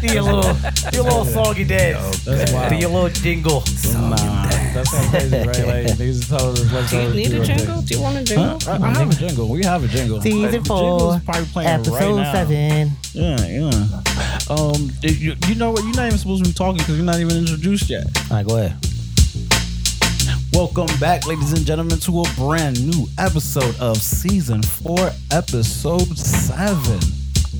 do your little, do your little soggy dance. That's wild. Do your little jingle. Nah, that's not crazy, right? Like niggas told us what's Do you up need to a our jingle? things. Do you want a Huh? jingle? I, I have a jingle. We have a jingle. Season Like, the four, jingle's probably playing Episode right now. seven. Yeah, yeah. Um, did you, you know what? You're not even supposed to be talking because you're not even introduced yet. All right, go ahead. Welcome back, ladies and gentlemen, to a brand new episode of season four, episode seven.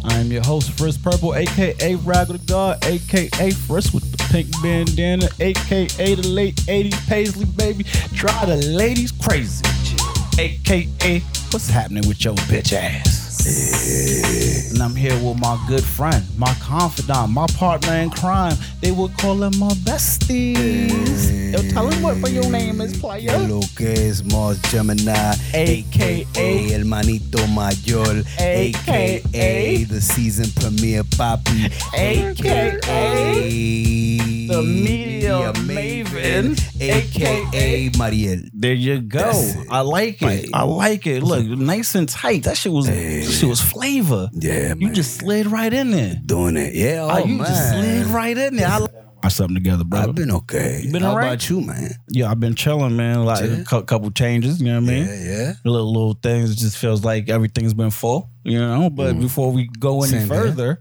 I'm your host, Frisk Purple, aka Rag with the God, aka Frisk with the pink bandana, aka the late 80s Paisley baby. Try the ladies crazy, aka what's happening with your bitch ass. And I'm here with my good friend, my confidant, my partner in crime. They would call him my besties. Yo, tell him what for your name is, player. Lo que es Mars Gemini, AKA, aka El Manito Mayor, AKA, aka, the season premiere Poppy, AKA, the the media maven, AKA aka Mariel. There you go. That's it. I like it. I like it. Look, nice and tight. That shit was that shit was flavor. Yeah, You man. just slid right in there. Doing it, yeah. Oh, Oh, you man. just slid right in there. I like Watch something together, bro. I've been okay. been How alright? about you, man? yeah, I've been chilling, man. Like a cou- couple changes, you know what I mean? Yeah, yeah. Little little things. It just feels like everything's been full, you know. But before we go any Mm. Same here. further,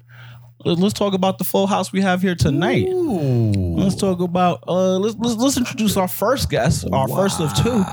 let- let's talk about the full house we have here tonight. Let's talk about uh let's let's, let's introduce our first guest, our first of two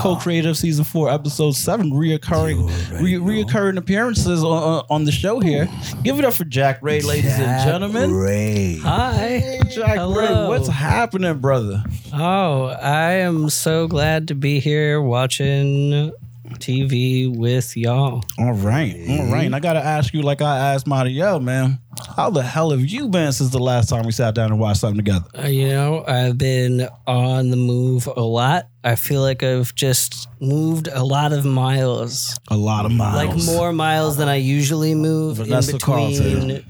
co-creator of season four, episode seven, reoccurring re- already reoccurring appearances on, on on the show here. Give it up for Jack Ray, ladies and Jack gentlemen. Ray. Hi. Jack Ray, Hello. what's happening, brother? Oh, I am so glad to be here watching TV with y'all. All right, all right. And I gotta ask you, like I asked Mariel, man, how the hell have you been since the last time we sat down and watched something together? Uh, You know, I've been on the move a lot. I feel like I've just moved a lot of miles, A lot of like miles. more miles than I usually move Vanessa in between. Carlton.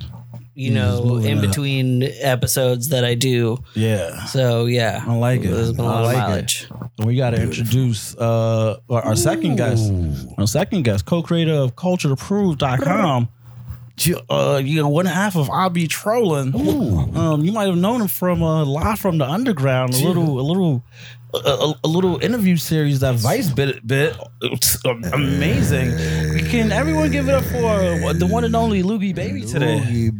You know, moving in it up. between episodes that I do. yeah. So yeah, I like it. There's been a I lot like of it. mileage. And we got to introduce uh, our, our second guest, our second guest, co-creator of CultureApproved.com. Ju- Uh, you know, one half of I be trolling. Um, you might have known him from uh, live from the underground, a little, a little, a, a, a little interview series that Vice bit, bit it's a- amazing. Can everyone give it up for uh, the one and only Loogie Baby today? Loogie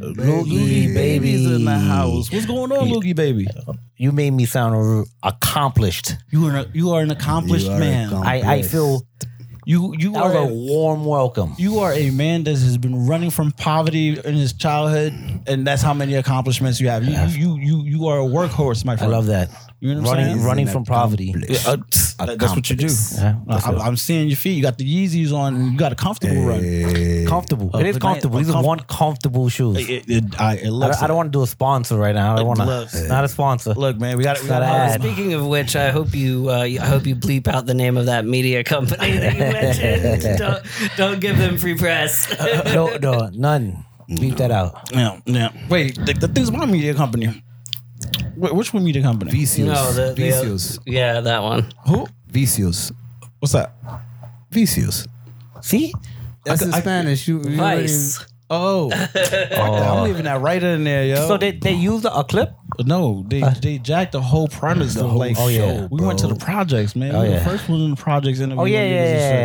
Loogie Baby's in the house. What's going on, Loogie Baby? You made me sound r- accomplished. You are an, you are an accomplished You are man. accomplished. I, I Yes. feel You you that was are a a, warm welcome. you are a man that has been running from poverty in his childhood, and that's how many accomplishments you have. You you you you, you are a workhorse, my I friend. love that. You know what I'm running saying? running from poverty. Yeah, uh, tsk, that's what you do. Yeah, that's I, it. I'm seeing your feet. You got the Yeezys on. and You got a comfortable run. comfortable. Uh, it is but comfortable. man, These are comf- one comfortable shoes. It, it, it, I, it I, looks. don't- I don't want to do a sponsor right now. I don't want loves to. it. Not a sponsor. look, man. We got we got Gotta Uh, add. to speaking of which, I hope you uh, I hope you bleep out the name of that media company that you mentioned. don't, don't give them free press. no, no, none. Leave that out. Yeah, yeah. Wait, the, the thing's my media company. Wh- Which one media company? Vicious. no, the, the- Vicious. yeah, that one. Who? Vicious. What's that? Vicious. See? That's could- in I could- Spanish. You, you Vice. Oh, I'm leaving that right in there, yo. So they, they used a, a clip? No, they they jacked the whole premise. The Uh, whole like, show, we went to the projects, man. Oh, we yeah. The first one in the projects, and Oh, yeah, yeah, yeah, And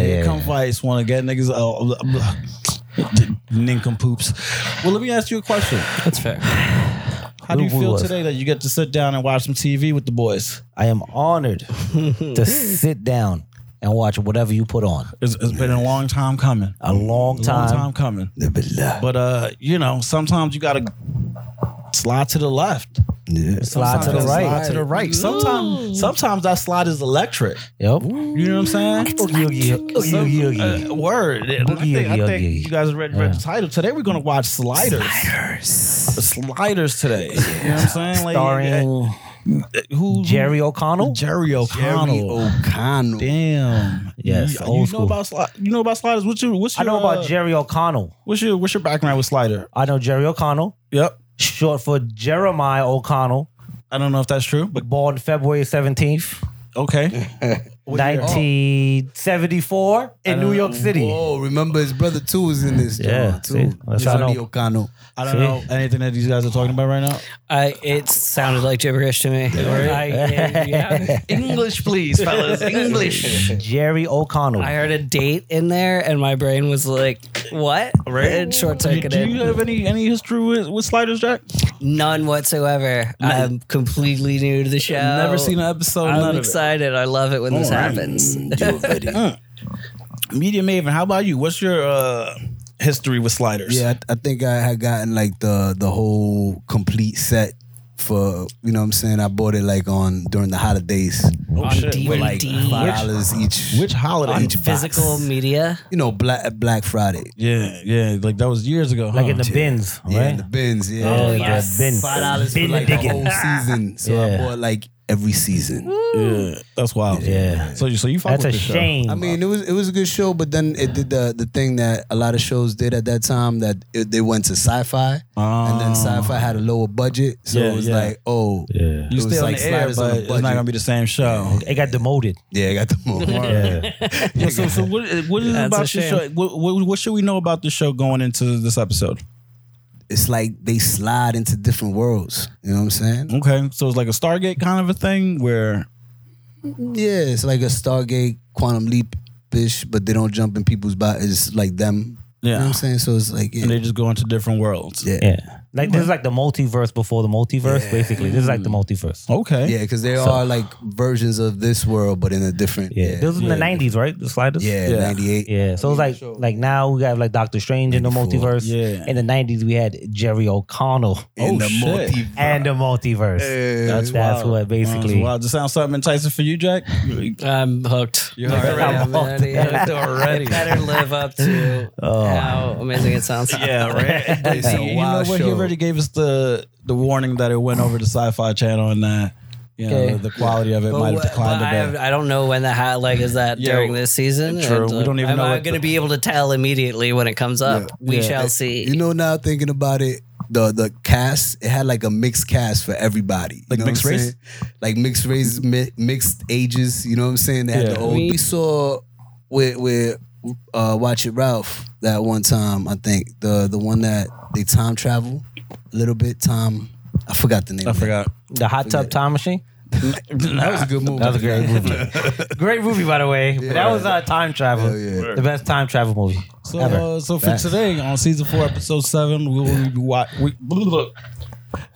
yeah, here yeah, come yeah. Vice, want to get niggas. Oh, nincompoops. Well, let me ask you a question. That's fair. How do you Who feel was? today that you get to sit down and watch some TV with the boys? I am honored to sit down and watch whatever you put on. It's, it's been a long time coming. A long time. Long time coming. The beloved. But uh, you know, sometimes you gotta slide to the left. Yeah. Slide to the Sometimes Slide right. to the right. Sometimes, sometimes that slide is electric. Yep. You know what I'm saying? Oogie, oogie, oogie, Some- oogie, oogie. uh, word. I think, Oogie, I oogie, think oogie. you guys read, read the title. Today we're gonna watch Sliders. Sliders. Sliders today. You know what I'm saying? Like, Starring uh, who? Jerry O'Connell. Jerry O'Connell. Jerry O'Connell. Damn. Yes, You, you old know school. about Sli- you know about Sliders. What's your what's I your know uh, about Jerry O'Connell. what's your what's your background with Slider? I know Jerry O'Connell, Yep. short for Jeremiah O'Connell, I don't know if that's true, but born February 17th, okay. What year? 1974 in New York City. Oh, remember his brother too was in this. Yeah, John, see? too. That's how I Johnny know. O'Connell. I don't See? know anything that these guys are talking about right now. I, it sounded like gibberish to me. I, yeah. English, please, fellas. English. Jerry O'Connell. I heard a date in there, and my brain was like, "What?" Right? And short Do, circuited. do you have any any history with, with sliders, Jack? None whatsoever. I'm completely new to the show. Never seen an episode. I'm none of it. excited. I love it when this right. happens. Mm. Media Maven, how about you? What's your uh, history with sliders? Yeah, I, I think I had gotten like the the whole complete set for you know what I'm saying. I bought it like on during the holidays. oh, on shit. DVD. With like five dollars each. Which holiday? on physical media. you know Black Black Friday. Yeah, yeah, like that was years ago. like huh? in the bins, Yeah, in right? the bins. Yeah, Oh, Like, yeah, bins. five dollars for like the whole Ah. season. So I Yeah. bought like every season. yeah, that's wild. Yeah. So you so you fuck That's with a this show. shame. I mean, it was it was a good show, but then it did the the thing that a lot of shows did at that time that it, they went to sci-fi, and then sci-fi had a lower budget, so Yeah, it was yeah. like, oh, yeah. You It was still like in the air, sliders but on a it's not budget. gonna be the same show. It got demoted. yeah, I got the more. Yeah. Yeah, so, so what, what is it That's a about this shame. show? What, what, what should we know about this show going into this episode? It's like they slide into different worlds. You know what I'm saying? Okay, so it's like a Stargate kind of a thing where Yeah, it's like a Stargate quantum leap ish, but they don't jump in people's bodies. It's like them. You know Yeah. what I'm saying? So it's like, yeah. they just go into different worlds. yeah. Yeah. Like this is like the multiverse before the multiverse, basically. This is like the multiverse. Okay. Yeah, because they are like versions of this world, but in a different. Yeah. This was in the nineties, right? The sliders? Yeah, Yeah. 98. Yeah. So it's like like now we have like Doctor Strange in the 94. multiverse. Yeah. In the nineties we had Jerry O'Connell In Oh, the shit. multi- and the multiverse. That's that's wild. what basically Wow, does that sound something enticing for you, Jack? I'm hooked. You're already- I'm already hooked already. better live up to Oh. how amazing it sounds. yeah, right. It's a you know wild what? He show. already gave us the the warning that it went over the Sci-Fi Channel and that you know Okay. the quality of it But might what- have declined but I, a have- bit. I don't know when the hat like is that Yeah, during this season. true. And, uh, We don't even I'm know not what going to the- be able to tell immediately when it comes up. We Yeah. shall see. You know, now thinking about it, the the cast it had like a mixed cast for everybody, you Like know what mixed I'm race? saying? like mixed race, mi- mixed ages. You know what I'm saying? They had Yeah. the old. We- We saw with with uh, Watch It Ralph that one time. I think the the one that they time travel a little bit. Time I forgot the name. I of it. forgot. the hot tub time machine. That was a good movie. That was a great movie. great movie, by the way. But that was not time travel. Hell yeah. The best time travel movie. So, ever. uh, so for Facts. today on season four, episode seven, we will be wa- we, Hoogie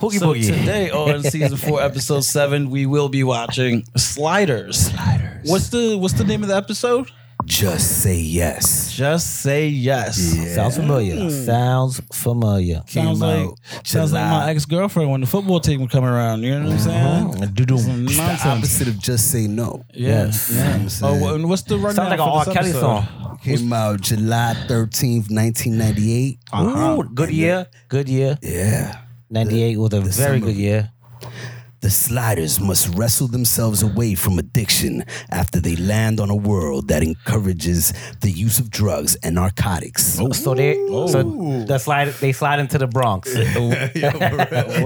Oh, So Boogie. today on season four, episode seven, we will be watching Sliders. Sliders. What's the What's the name of the episode? Just say yes. Just say yes. Sounds familiar. Hmm. Sounds familiar. Sounds Came like out sounds like July. my ex girlfriend when the football team would come around. You know what I'm saying? Doo-doo. Some The Nonsense. opposite of just say no. Yes. You know what I'm Oh, saying? wha- and what's the rundown? Sounds like an for R. this Kelly episode? song. Came out July 13th, 1998. Uh-huh. Uh-huh. Ooh, good year. Good year. Yeah. 98 was a very summer. good year. The sliders must wrestle themselves away from addiction after they land on a world that encourages the use of drugs and narcotics. Oh. So they so the slide they slide into the Bronx. uh,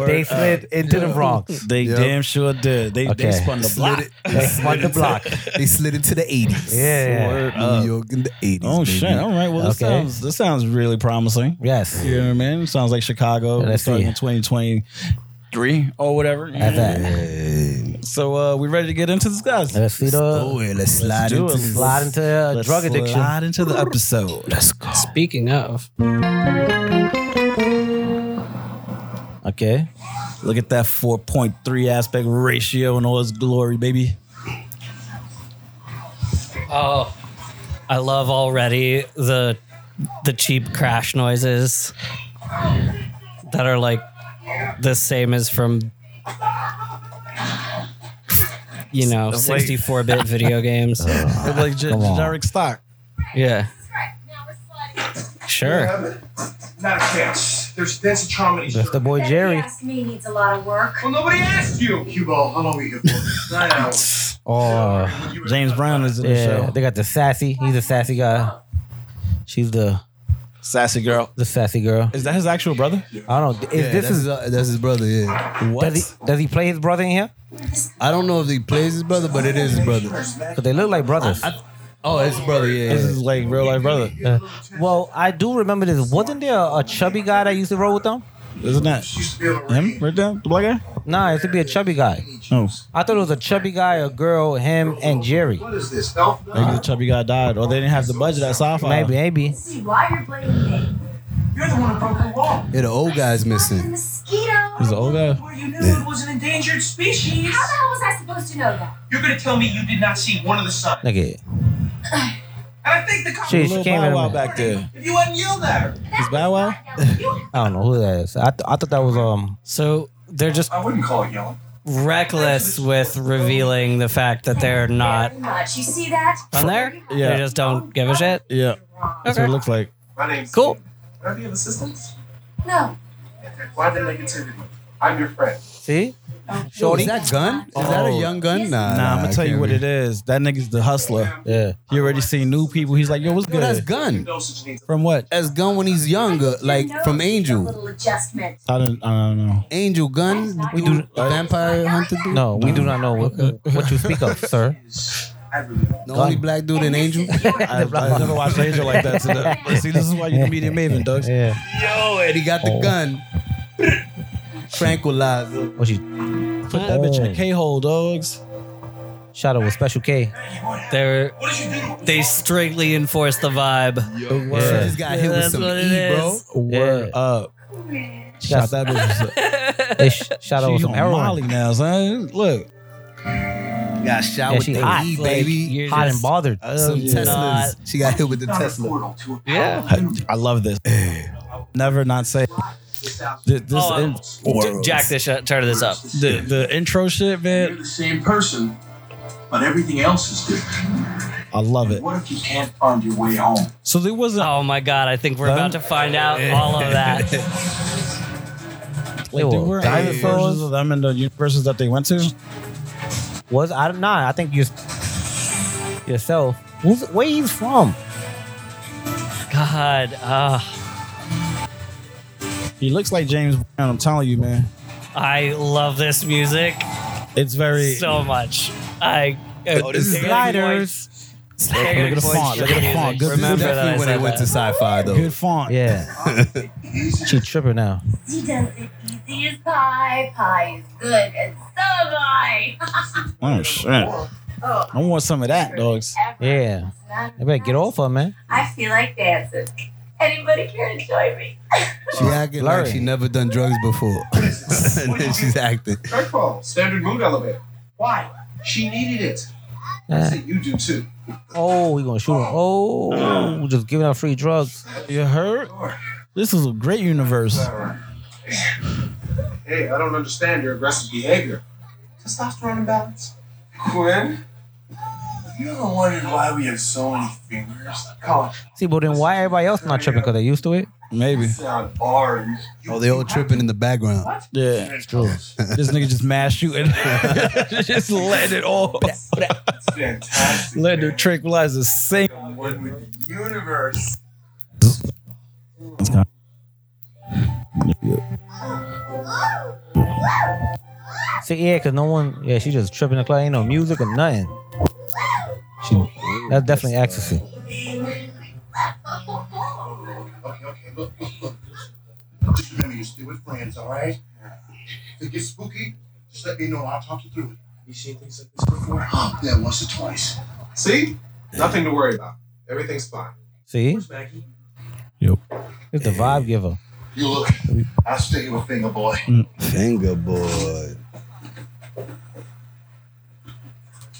they slid into the Bronx. They damn sure did. They they Okay. spun the block. They won the block. they slid into the 80s. Yeah. New York in the 80s. Uh, Oh baby. shit! All right. Well, this Okay. sounds this sounds really promising. Yes. You know what I mean? Sounds like Chicago Let's starting see. in 2023 or whatever. At that. Hey, So uh, we ready to get into this, guys? Let's see the oh, yeah, let's slide do into it. this. uh, slide into uh, drug addiction. Slide into the episode. Let's go. Speaking of, Okay. Look at that 4.3 aspect ratio and all its glory, baby. oh, I love already the the cheap crash noises that are like the same as from you know 64 bit video games. It's like ge- Come on. generic stock. Yeah, Now we're sliding. sure. Have it? Not a chance. There's that's a trauma in That's the boy That Jerry. gas me needs a lot of work. Well, nobody asked you. Cuba, how long we here for? Nine hours. Oh, You were- James Brown is in the yeah. show. They got the sassy. He's a sassy guy. She's the Sassy girl. The sassy girl. Is that his actual brother? I don't know. Is Yeah, this that's his, is that's his brother. Yeah, What? does he does he play his brother in here? I don't know if he plays his brother, but it is his brother. Because they look like brothers. Oh, it's his brother. Yeah, This is like real life brother. well, I do remember this. Wasn't there a, a chubby guy that used to roll with them? Isn't that She used to be able to him read. right there? The black guy? Nah, it should be a chubby guy. Oh. I thought it was a chubby guy, a girl, him, and Jerry. What is this? Elf? No. Maybe the chubby guy died or they didn't have the budget at sci fi. Maybe, maybe. See why you're blaming me. You're the one who broke the law. yeah. The old guy's The missing. mosquito. He's an old guy. Or you knew it was an endangered species. How the hell was I supposed to know that? You're gonna tell me you did not see one of the signs. Nigga, And I think the cop. she, she Little came in. Bow Wow a minute. back there. If you hadn't yelled at her, Is Bow Wow? You I don't know who that is. I, th- I thought that was um. So they're just I wouldn't call it yelling. reckless with revealing the fact that they're not very much. You see that? on there. Yeah. They just don't give a shit. Yeah. That's what it Okay. looks like. My name's Cool. Are you of assistance? No. Why the negativity? I'm your friend. See, Shorty, is that gun? Is that a young gun? Nah, Oh. Nah, I'm gonna I tell you can't what read. it is. That nigga's the hustler. yeah. He already seen new people. He's like, yo, what's No, that's good? gun. No such thing. From what? That's gun when he's younger, like Your from nose needs A Angel. little adjustment. I don't, I don't know. Angel gun. We do uh, vampire hunter dude. No, we do not know what, what you speak of, sir. I really don't. The only black dude in Angel. I, I never watched Angel like that. So that- See, this is why you're the medium maven, Doug. Yeah. Yo, and he got Oh. the gun. Tranquilizer. What you? Put that bitch in a K hole, dogs. Shout out with Special K. They're What did you do? they strictly enforce the vibe. She Yeah. just got hit with That's some what it E, bro. is. Word Yeah. up. Shot that bitch. Hey, sh- shout out with She's some on heroin. Molly now, son. Look. Got shot Yeah, with she the hot, E, like, Uh, baby. You're Hot and just- bothered. some yeah. Teslas. She got hit with the Found a Tesla. portal to a Yeah. I, I love this. Never not say Th- this. Oh, in- J- Jack this shut turn this up. the the intro shit, You're man. the same person, but everything else is different. I love it. What if you can't find your way home? So there wasn't Oh my god, I think we're about to find out all of that. They like there were were other dinosaurs. versions of them in the universes that they went to. Was I don't know. I think you yourself. Who's, where he's from? God, uh, He looks like James Brown. I'm telling you, man. I love this music It's very so much. I oh, this is Gliders. Look Look at the font. Look at the font. Good, Remember that I definitely when said they went to that. sci-fi though. good font. Yeah. she tripping now. He does it easy as pie. Pie is good, and so am I. Oh shit. I Oh, want some of that, dogs. Yeah. I better get off her, man. I feel like dancing. Anybody care to join me? She acting like blurry. she never done drugs before. and then she's acting. Nightfall, standard mood elevator. Why? She needed it. I said you do too. Oh, we gonna shoot him. Oh, we just giving out free drugs. You heard? This is a great universe. Hey, I don't understand your aggressive behavior. Testosterone imbalance. Quinn? Have you ever wondered why we have so many fingers? Colin, See, but then why everybody else not tripping? Cause they used to it. Maybe. sound orange. Oh, they all tripping in the background. Yeah. It's true. This nigga just mass shooting. just let it all. It's fantastic. Let the tranquilizer sink. One with the universe. See, yeah, cause no one. Yeah, she just tripping the club. Ain't no music or nothing. She, that's definitely ecstasy. Okay, okay, look, look, look. Just remember you stay with friends, all right? If it gets spooky, just let me know. I'll talk you through it. Have you seen things like this before? yeah, once or twice. See? Nothing to worry about. Everything's fine. See, Maggie? it's the vibe giver. You look. I'll stick you a finger, boy. Finger boy.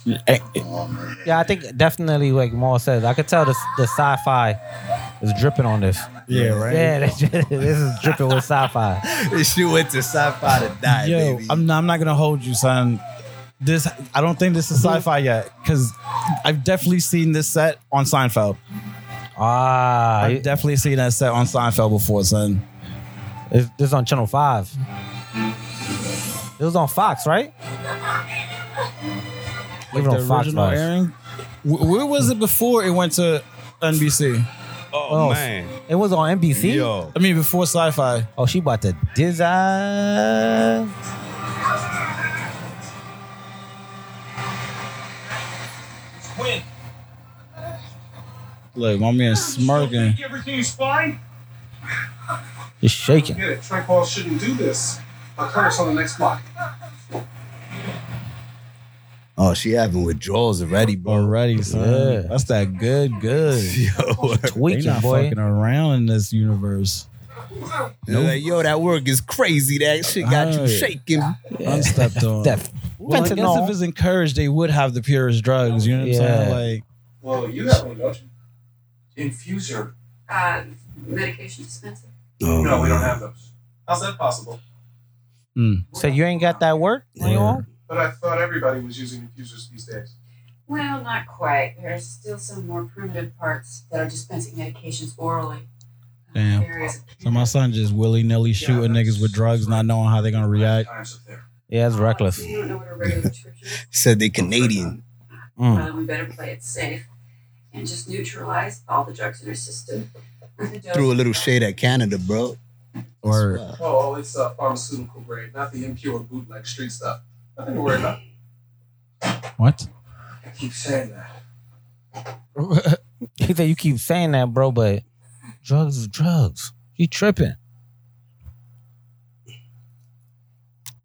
Yeah, I think definitely like Maul says. I could tell the the sci-fi is dripping on this. Yeah, right? Yeah, this this is dripping with sci-fi. She went to sci-fi to die, Yo, baby. I'm not, I'm not gonna hold you, son. This I don't think this is sci-fi yet, because I've definitely seen this set on Seinfeld. Ah, I've it- definitely seen that set on Seinfeld before, son. it's, this is on Channel Five. It was on Fox, right? Leave it The on Fox. original Fox. airing. Wh- Where was it before it went to NBC? Oh, Oh, man. It was on NBC. Yo. I mean, before sci-fi. Oh, she about to design. Win. Look, my man Still smirking. think Everything's fine. Just shaking. Get it. Track ball shouldn't do this. I'll cut us on the next block. Oh, she having withdrawals already, bro. Already, son. Yeah. That's that good, good. Yo, We Tweaking, not boy. fucking around in this universe. They're like, yo, that work is crazy. That shit got you Alright. shaking. Unstepped on. That Well, I guess if fentanyl. it's encouraged, they would have the purest drugs. You know what I'm Yeah. saying? Like, Well, you have one, don't you? Infuser. Um, medication dispenser. No, we don't Oh, have those. How's that possible? So you ain't got that work? Yeah. But I thought everybody was using infusers these days. Well, not quite. There's still some more primitive parts that are dispensing medications orally. Um, Damn. Various- so my son just willy nilly shooting niggas with drugs, not knowing how they're gonna react. Times up there. Yeah, it's reckless. You don't know what a regular trip is. Said they Canadian. Mm. Well, we better play it safe and just neutralize all the drugs in our system. Threw a little shade at Canada, bro. Or Oh, it's uh, pharmaceutical grade, not the impure bootleg street stuff. Nothing to worry about. what? I keep saying that. He said you keep saying that, bro, but drugs is drugs. You tripping.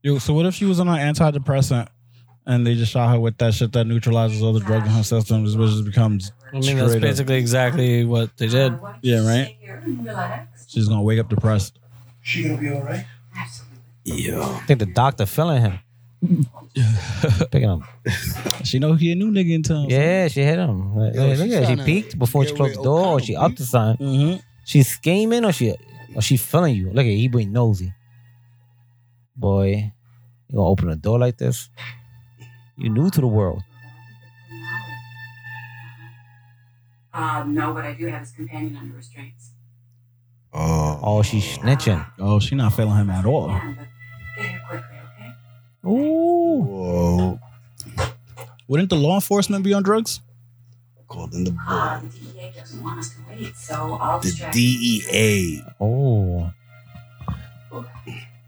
Yo, so what if she was on an antidepressant and they just shot her with that shit that neutralizes all the drugs in her system, which just becomes I mean, that's Straight up. basically exactly what they did. Uh, Why don't Yeah, you right? stay here and relax? she's gonna wake up depressed. She gonna be all right? Absolutely. Yo. I think the doctor feeling him. Picking him. She know he a new nigga in town. Yeah, she hit him. Look Yo, at- she look at her. tryna she peeked before she get closed the with door, or O'Connell, she up B. to something. Oh, Mm-hmm. She scheming, or she, or she feeling you. Look at he being nosy. Boy, you gonna open a door like this? You new to the world. Uh, no, but I do have his companion under restraints. Oh, she snitching. Oh, she not feeling him at all. Yeah, but get here quickly, okay? Ooh, Whoa. Wouldn't the law enforcement be on drugs? Called in the Uh, book. the DEA doesn't want us to wait, so I'll The distract E DEA. oh,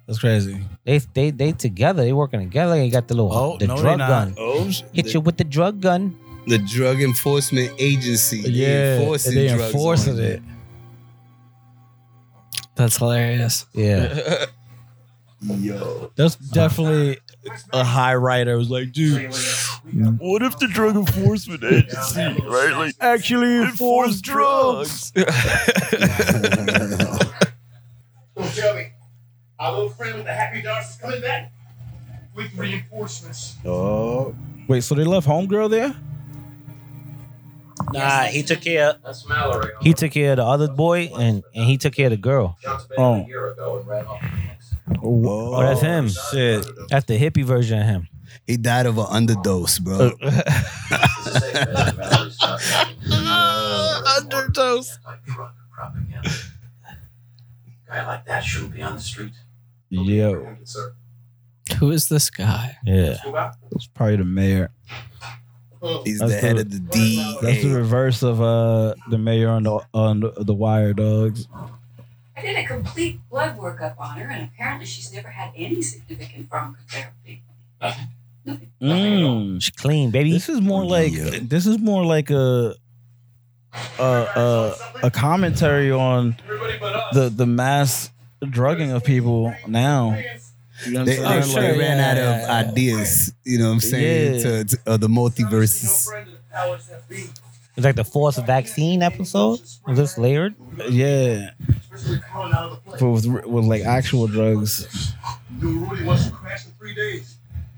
That's crazy. they they they together. They working together. They got the little Oh, the no, they drug not. gun. Oh, shit. Hit you with the drug gun. the Drug Enforcement Agency. They Yeah, enforcing they drugs enforcing on it. That's hilarious. Yeah, you. Yo. That's definitely a high rider. Was like, dude, what if the drug enforcement agency, right? Like, actually enforce drugs? Don't tell me. Our little friend with the happy dogs is coming back with reinforcements. oh. Wait, so they left homegirl there? nah, he took care. That's Mallory. He took care of the other boy, and and he took care of the girl. Shot to Oh. a year ago and ran off. Oh, that's him. Shit. That's the hippie version of him. He died of an overdose, bro. Uh, Underdose. Guy like that shouldn't be on the street. Yo, Sir. Who is this guy? Yeah. Move out. it's probably the mayor. He's That's the head the- of the E DEA. That's the reverse of uh the mayor on the on the, the wire, dogs. I did a complete blood workup on her, and apparently she's never had any significant pharmacotherapy. Nothing. Nothing. Mm. She clean, baby. This is more like Yeah. this is more like a a a, a commentary on Everybody but us. the the mass drugging of people now. You know what They, I'm they- saying? Oh, sure, they ran yeah, out of yeah, yeah. ideas, you know what I'm saying, Yeah. to, to uh, the multiverses. It's like the force vaccine episode. Was this layered? Yeah, but with with like actual drugs. New Rudy wants to crash in three days.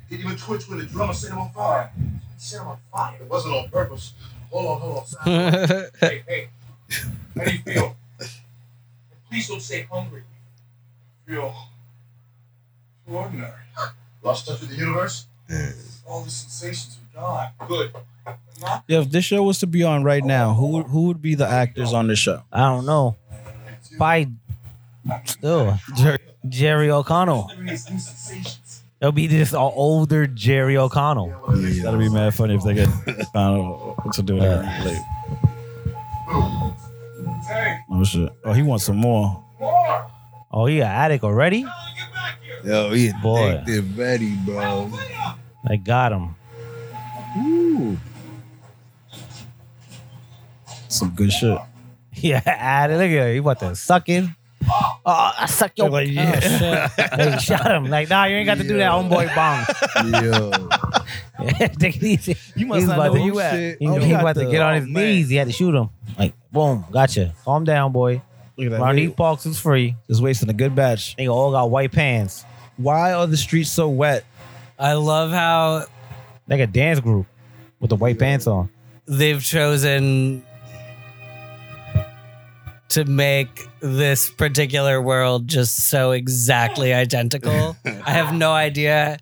Didn't even twitch when the drummer set him on fire. He set him on fire. It wasn't on purpose. Hold on, hold on. Simon. hey, hey. How do you feel? Please don't say hungry. Feel ordinary. Lost touch with the universe? All the sensations are gone. Good. Yeah, if this show was to be on right now, who who would be the actors on this show? I don't know. By still Jer- Jerry O'Connell. Experience new sensations. It'll be this a older Jerry O'Connell. That'd be mad funny if they could find out what to do with that. Like, Hey, bullshit. Oh, he wants some more. Oh, he an addict already? Yo, he Boy. addicted ready, bro. I got him. Some good shit. Yeah, addict. Look at him. He about to suck it. Oh, I suck your. Like, yeah. They shot him. Like, nah, you ain't got to do that, homeboy bomb. Yo. Take it easy. You must He's not about know to- who you he- at. He, Oh, he you got about to the- get on oh, his man. knees. He had to shoot him. Like, boom, gotcha. Calm down, boy. Look at that. Ronnie Parks is free. Just wasting a good batch. They all got white pants. Why are the streets so wet? I love how Like a dance group with the white pants on. they've chosen to make this particular world just so exactly identical. I have no idea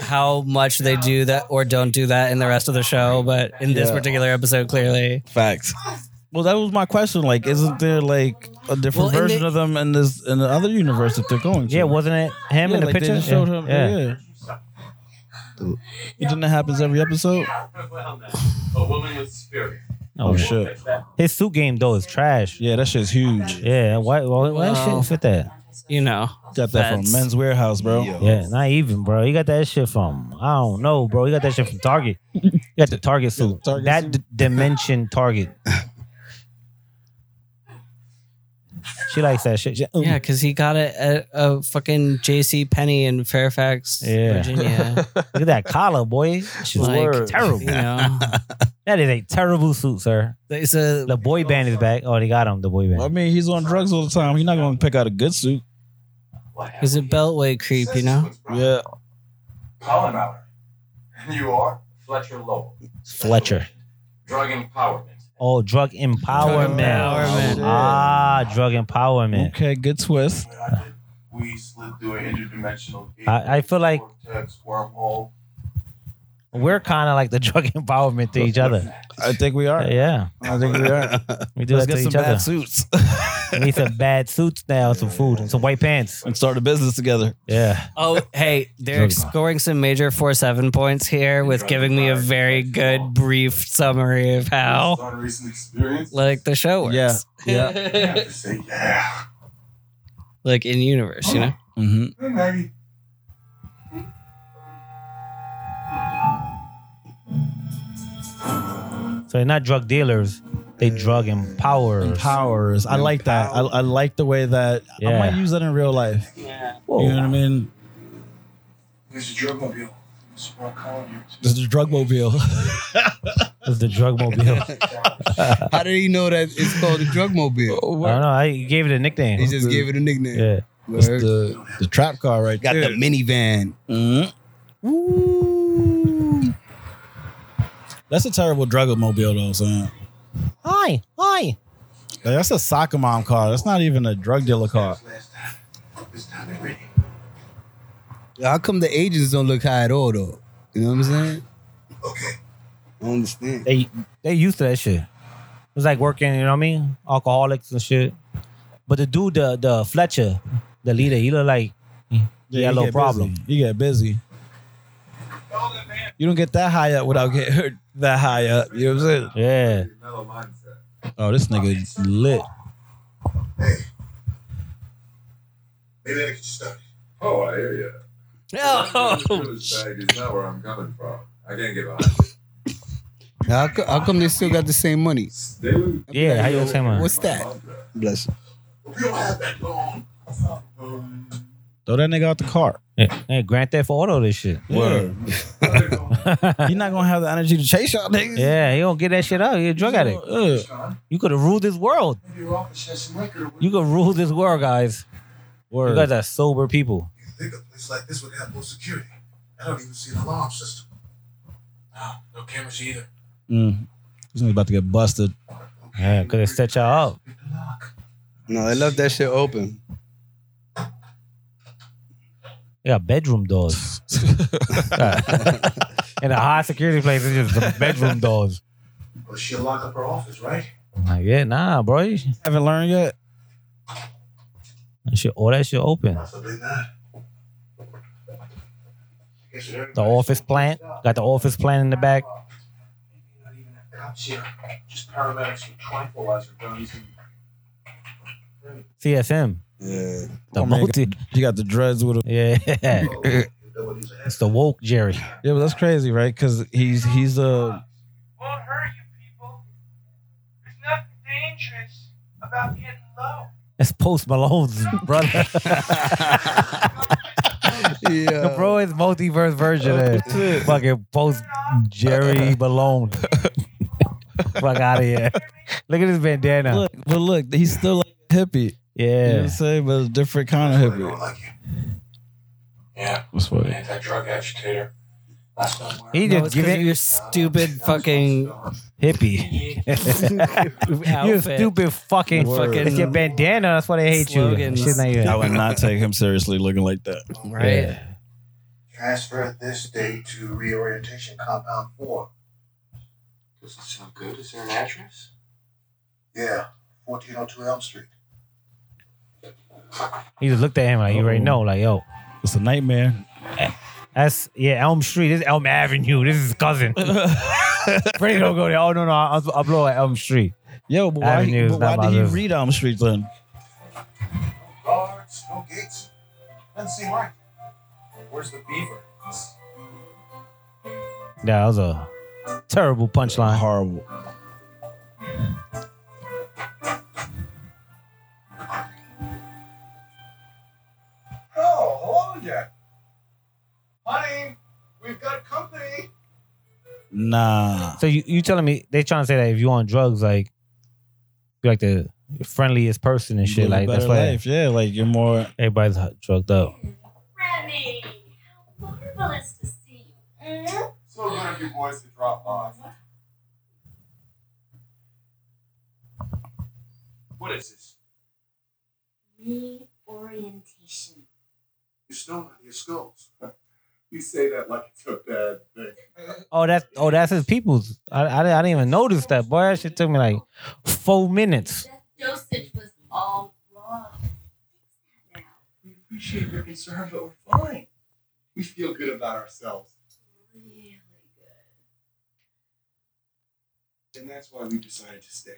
how much they do that or don't do that in the rest of the show, but in this Yeah. particular episode, clearly. Facts. Well, that was my question. Like, isn't there like a different Well, in version the- of them in this in the other universe that they're going to? Yeah, wasn't it him Yeah, in like, the they picture? just showed yeah. him. Yeah. You think that happens every episode? Well, now, a woman with spirit. Oh, Oh shit. shit. His suit game though is trash. Yeah, that shit's huge. Yeah, why? Why, why that Wow. shit fit that? You know, Got that from That's- Men's Warehouse, bro. Yo. Yeah, not even, bro. He got that shit from I don't know, bro. He got that shit from Target. You got the Target suit. Target that suit. d- dimension Target. she likes that shit. She- yeah, because he got it at a fucking J.C. Penney in Fairfax, Yeah. Virginia. Look at that collar, boy. She's Like, like terrible. You know, That is a terrible suit, sir. it's a The boy band is back. Oh, they got him. The boy band. I mean, he's on drugs all the time. He's not going to pick out a good suit. it's a beltway creep. You know, Yeah. Colin Mauer. And you are? Fletcher Lowell. Fletcher. Drug empowerment. Oh, drug empowerment. Oh, empowerment. Ah, drug empowerment. Okay, good twist. We slid through an interdimensional gate. I- I feel like- Vortex, wormhole. We're kind of like the drug empowerment to each other. I think we are. Yeah, I think we are. we do Let's that get to some each bad other. suits We need some bad suits now, some food, and some white pants. and start a business together. Yeah, Oh, hey, they're Drugs. scoring some major 4 7 points here with giving me a very good brief summary of how, On recent experience. like, the show works. Yeah. Yeah. I have to say, yeah. like, in universe, you know? Mm-hmm. Hey, Maggie. so they're not drug dealers; they drug empowerers. Powers. I like that. I, I like the way that I Yeah. might use that in real life. You know what I mean? There's a drug mobile. It's brought Colin here. This is a drug mobile. It's the drug mobile. I How did he know that it's called the drug Oh, mobile? don't know. I he gave it a nickname. He just gave it a nickname. yeah, It's the, the trap car right Got there. the minivan. Mhm. That's a terrible drug mobile though, son. hi, hi. Like, that's a soccer mom car. That's not even a drug dealer car. Last time. This time they're ready. How come the agents don't look high at all though? You know what I'm saying? Okay. I don't understand. They they used to that shit. It was like working, you know what I mean? Alcoholics and shit. But the dude, the the Fletcher, the leader, he look like you Yellow get busy. problem. You get busy. You don't get that high up without getting hurt that high up. You know what I'm saying? yeah. Mellow mindset. Oh, this nigga lit. Hey. Maybe I can start. Oh, I hear you. Oh, is not where I'm coming from. I can't give up. How, co- how come they still got the same money? Dude, Yeah, how you say, man? What's that? Bless you. We don't have that long. Um, Throw that nigga out the car. Hey, Grand Theft Auto this shit. Word. You're not gonna have the energy to chase y'all niggas. Yeah, he don't get that shit out. He a drug addict. Ugh. You could have ruled this world. maybe your office has some liquor. You could rule this world, guys. You Word. guys are sober people. You think a place like this would have no security? I don't even see an alarm system. No, no cameras either. Mm. This nigga about to get busted. Yeah, could have set y'all up. Hit the lock. No, they left that shit open. They got bedroom doors. In a high security place, it's just bedroom doors. Well, she'll lock up her office, right? I'm like, yeah, nah, bro. You should- Haven't learned yet. you should all that shit open. Possibly not. Guess it hurt. The office plant. Got the office plant in the back. Maybe not even have cops here. Just paramedics with tranquilizer guns and CFM. Yeah. I The mean, multi. You got the dreads with him. Yeah. it's the woke Jerry. Yeah, but that's crazy, right? Because he's he's uh Won't hurt you people. There's nothing dangerous about getting low. It's Post Malone's brother. Yeah. Bro, it's multiverse version. of Fucking Post Jerry Malone. Fuck out of here. Look at this bandana. look, but look, he's still like a hippie. You know what Yeah. I'm saying? But a different kind of I don't hippie. like you. Yeah, That's funny. anti-drug agitator. That's not where He No, just Oh, it's give 'cause of it your stupid fucking hippie. you outfit. stupid fucking, Word. It's your bandana. That's why they hate Slogans. you. Shit like that. I would not take him seriously looking like that. right? Transfer at this date to reorientation compound four. Does it sound good? Is there an address? Yeah, 1402 Elm Street. He just looked at him like you Oh. already know, like yo, It's a nightmare. that's yeah, Elm Street. This is Elm Avenue. This is his cousin. Freddie don't go there. Oh no no, I'll I'll blow at Elm Street. Yo, but why, Avenue's but not why my did he business. read Elm Street then? Guards, no gates. Doesn't seem right. Where's the beaver? Yeah, that was a terrible punchline. Horrible. Oh, hold on. Honey, we've got company. Nah. So you you telling me they trying to say that if you on drugs, like you're like the friendliest person and shit, Live a like that's better why life. Yeah, like you're more. everybody's drugged up. Remy, how marvelous to see you. So good of you boys to drop by. What is this? Reorientation. You're still out of your skulls. You say that like it's a bad thing. Oh, that's oh that's his people's. I, I, didn't- I didn't even notice that. Boy, that shit took me like four minutes. That dosage was all wrong. Fix that now. We appreciate your concern, but we're fine. We feel good about ourselves. Really good. And that's why we decided to stay.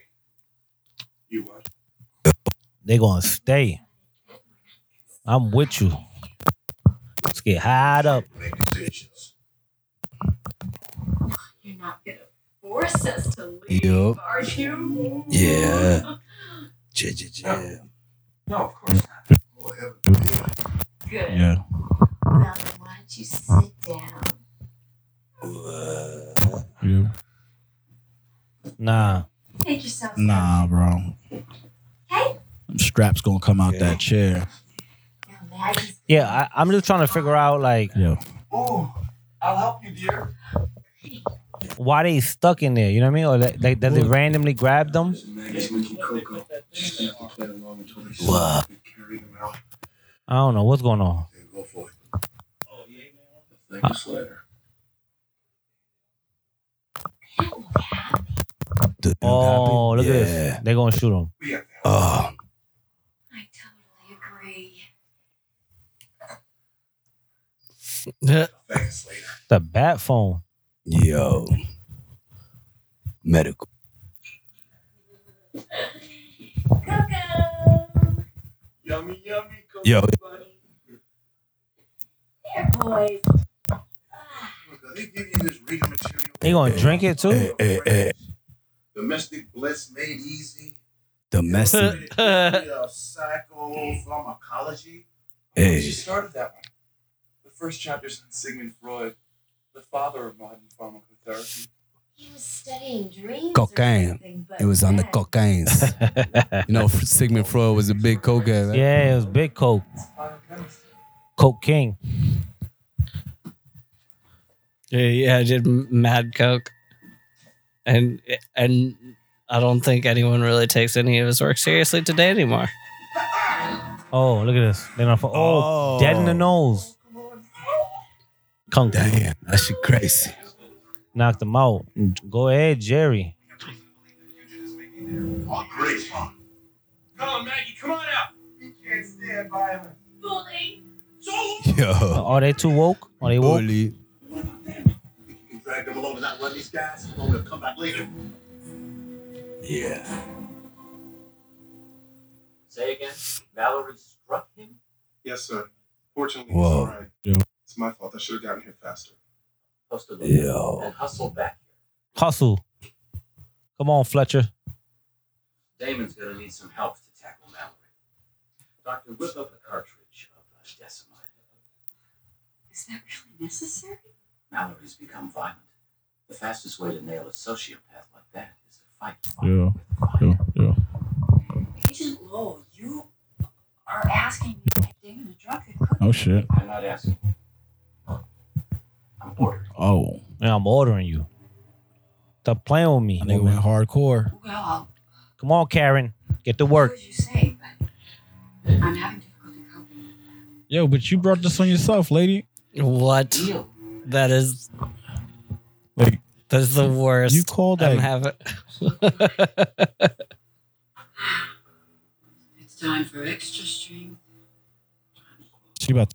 You what? They gonna stay. I'm with you. Let's get high up. Make decisions. You're not gonna force us to leave, Yup. are you? Yeah. J- j- j- No, of course not. Oh, heaven. Good. Yeah. Now then, why don't you sit down? You- Nah. Make yourself Nah, bro. Hey. Them straps gonna come out that chair. Now Maggie's Yeah, I, I'm just trying to figure out like Yo. Ooh, Oh, I'll help you, dear. why they stuck in there. You know what I mean? Or that, like, that they randomly grabbed them. Maggie's making cocoa. She's gonna have to play along until they Wow. stop and carry them out. I don't know what's going on. They go for it. Oh, yeah, man. Thanks later. j- Oh, look yeah. at this. They're gonna shoot him. We have to Oh, I totally agree. thanks later. The bat phone. yo. Medical. Coco! Yummy, yummy, cocoa. Yo. buddy. There, boys. Look, They give you this reading material. They gonna drink it Hey, too. hey, hey. Domestic bliss made easy. Domestic. Uh, Psychopharmacology. She hey. started that one. The first chapter's on Sigmund Freud, the father of modern pharmacotherapy. He was studying dreams. Cocaine. Or something, but It was on the then- cocaine. you know, Sigmund Freud was a big cocaine. Right? Yeah, it was big coke. Biochemistry. Coke King. Yeah, yeah, I did m- Mad Coke, and and I don't think anyone really takes any of his work seriously today anymore. Oh, look at this. They're not. Fo- oh, dead in the nose. Kung Fu. Damn, that shit crazy. knocked him out. Go ahead, Jerry. Oh, great. Come on, Maggie, come on out. He can't stand violence. Bully. Yo. Are they too woke? Are they woke? Holy. What about them? Think you can drag them along and outrun these guys? Well, we'll come back later. Yeah. Say again. Mallory struck him. Yes, sir. Fortunately, Whoa. he's all right. Yeah. It's my fault. I should have gotten here faster. Post a Yo. and hustled Oh, back Hustle. Come on, Fletcher. here. Damon's gonna need some help to tackle Mallory. Doctor, whip up a cartridge of uh, decimite. Is that really necessary? Mallory's become violent. The fastest way to nail a sociopath like that is to fight fire Yeah. with fire. Yeah. Yeah. Agent Lowell, you are asking me to give Damon a drug that could Oh shit. I'm not asking. you. I'm ordered. Oh. Man, I'm ordering you. Stop playing with me. That nigga went hardcore. Well, I'll Come on, Karen. Get to do work. as you say, but I'm having difficulty coping. Yo, but you brought this on yourself, lady. What? Deal. That is Like that is the worst. you called I'm that. having. It's time for extra strength. she about to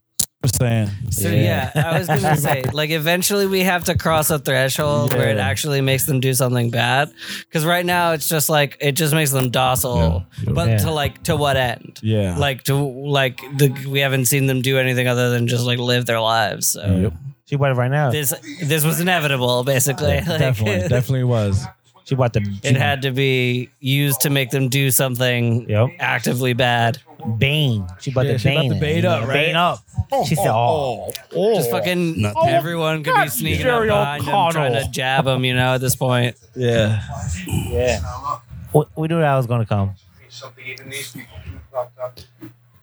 saying. So yeah. I was gonna say, like, eventually we have to cross a threshold where it Yeah. actually makes them do something bad. Because right now it's just like it just makes them docile. Yeah. But Yeah. to like to what end? Yeah. Like to like the we haven't seen them do anything other than just like live their lives. So Yep. She about it right now. this this was inevitable, basically. Like, Definitely, definitely was. She about to. It had to be used to make them do something Yep. actively bad. Bane. She about Yeah, to she about bane. to it. bait up, right? Bane up. She said, "Oh, Just fucking Oh, Nothing. everyone could be sneaking up Jerry behind him, trying O'Connell. to jab him. You know, at this point, Yeah. yeah." Now look, We, we knew that was gonna come. something even these people do fucked up.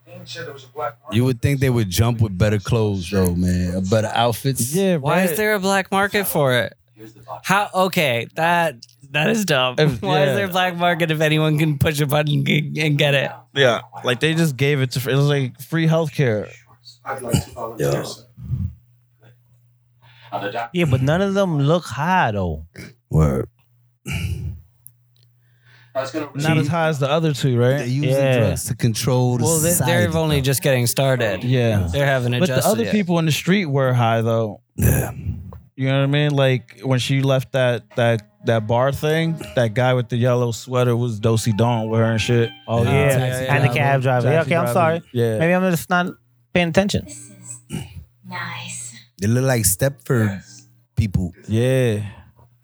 Dean said there was a black market. You would think they would jump with better clothes though, man. Better outfits. Yeah. why right. is there a black market for it? Here's the box. How? Okay, that that is dumb. If- Why yeah. is there a black market if anyone can push a button and and get it? Yeah. Like they just gave it to. It was like free healthcare. I'd like to volunteer, sir. Now the doctor Yeah, but none of them look high though. Word. I was gonna Not as high as the other two, They're right? using Yeah. drugs to control the Well, they, society. they're only just getting started. Yeah. They haven't But adjusted. the other yet. people in the street were high though. Yeah. You know what I mean? Like when she left that that that bar thing, that guy with the yellow sweater was Dosey Dawn with her and shit. Oh Yeah. yeah, Taxi and the driver. cab driver. Yeah, Taxi okay, I'm driver. sorry. Yeah. Maybe I'm just not paying attention. This is nice. They look like Stepford people. Yeah.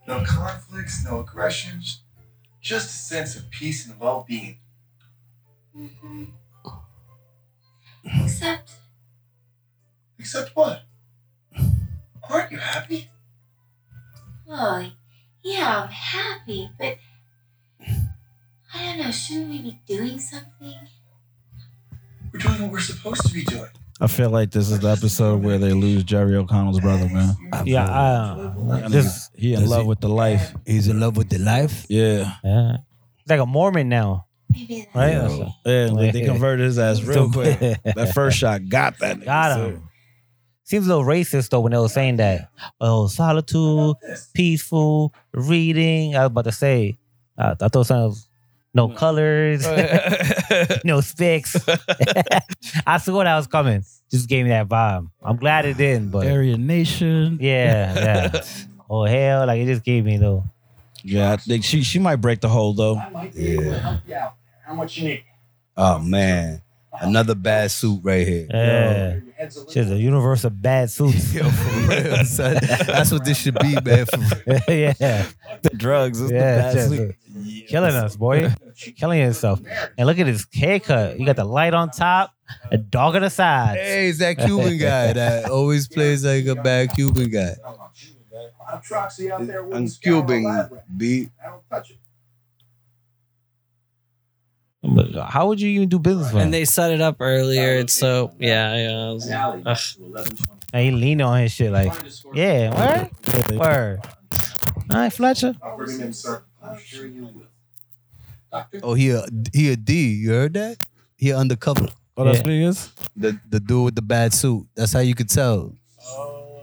No conflicts, no aggressions, just a sense of peace and well-being. Except Except what? Aren't you happy? Oh, yeah, I'm happy, but I don't know, shouldn't we be doing something? We're doing what we're supposed to be doing. I feel like this is the episode where they lose Jerry O'Connell's brother, man. Yeah, I, uh, This, this, he in Does love he- with the life. He's in love with the life. Yeah. yeah. He's like a Mormon now, Maybe that. right? uh, Yeah, like they converted his ass real quick. That first shot got that nigga. Got too. him. Seems a little racist though when they were saying that. Oh, solitude, peaceful, reading. I was about to say, uh, I, I thought something was no colors, no sticks. I saw what I was coming. Just gave me that vibe. I'm glad it didn't, but Aryan Nation. yeah, yeah. Oh hell, like it just gave me though. Yeah, I think she she might break the hole though. I might be able Yeah. to help you out. How much you need? Oh man, another bad suit right here. Yeah. Your head's a little- She's a universe of bad suits. Yo, for real, son. That's what this should be, man. For real. yeah. Yeah. The drugs is just, uh, Killing us, boy. Killing yourself. And look at his haircut. You got the light on top, a dog on the sides. Hey, it's that Cuban guy that always plays like a bad Cuban guy. I'm Troxy out there with I'm the scour Cuban, library. B. I don't touch it. But How would you even do business with him? and they set it up earlier. It's so yeah, yeah. it was- Alley Ugh. to 1120. And he leaned on his shit like, Trying to score- yeah, word, word. All right, Fletcher. I'll bring him in, sir. I'm sure you will. Doctor, Oh, he a he a D. You heard that? He undercover. Oh, that's what he is? The the dude with the bad suit. That's how you could tell. Oh,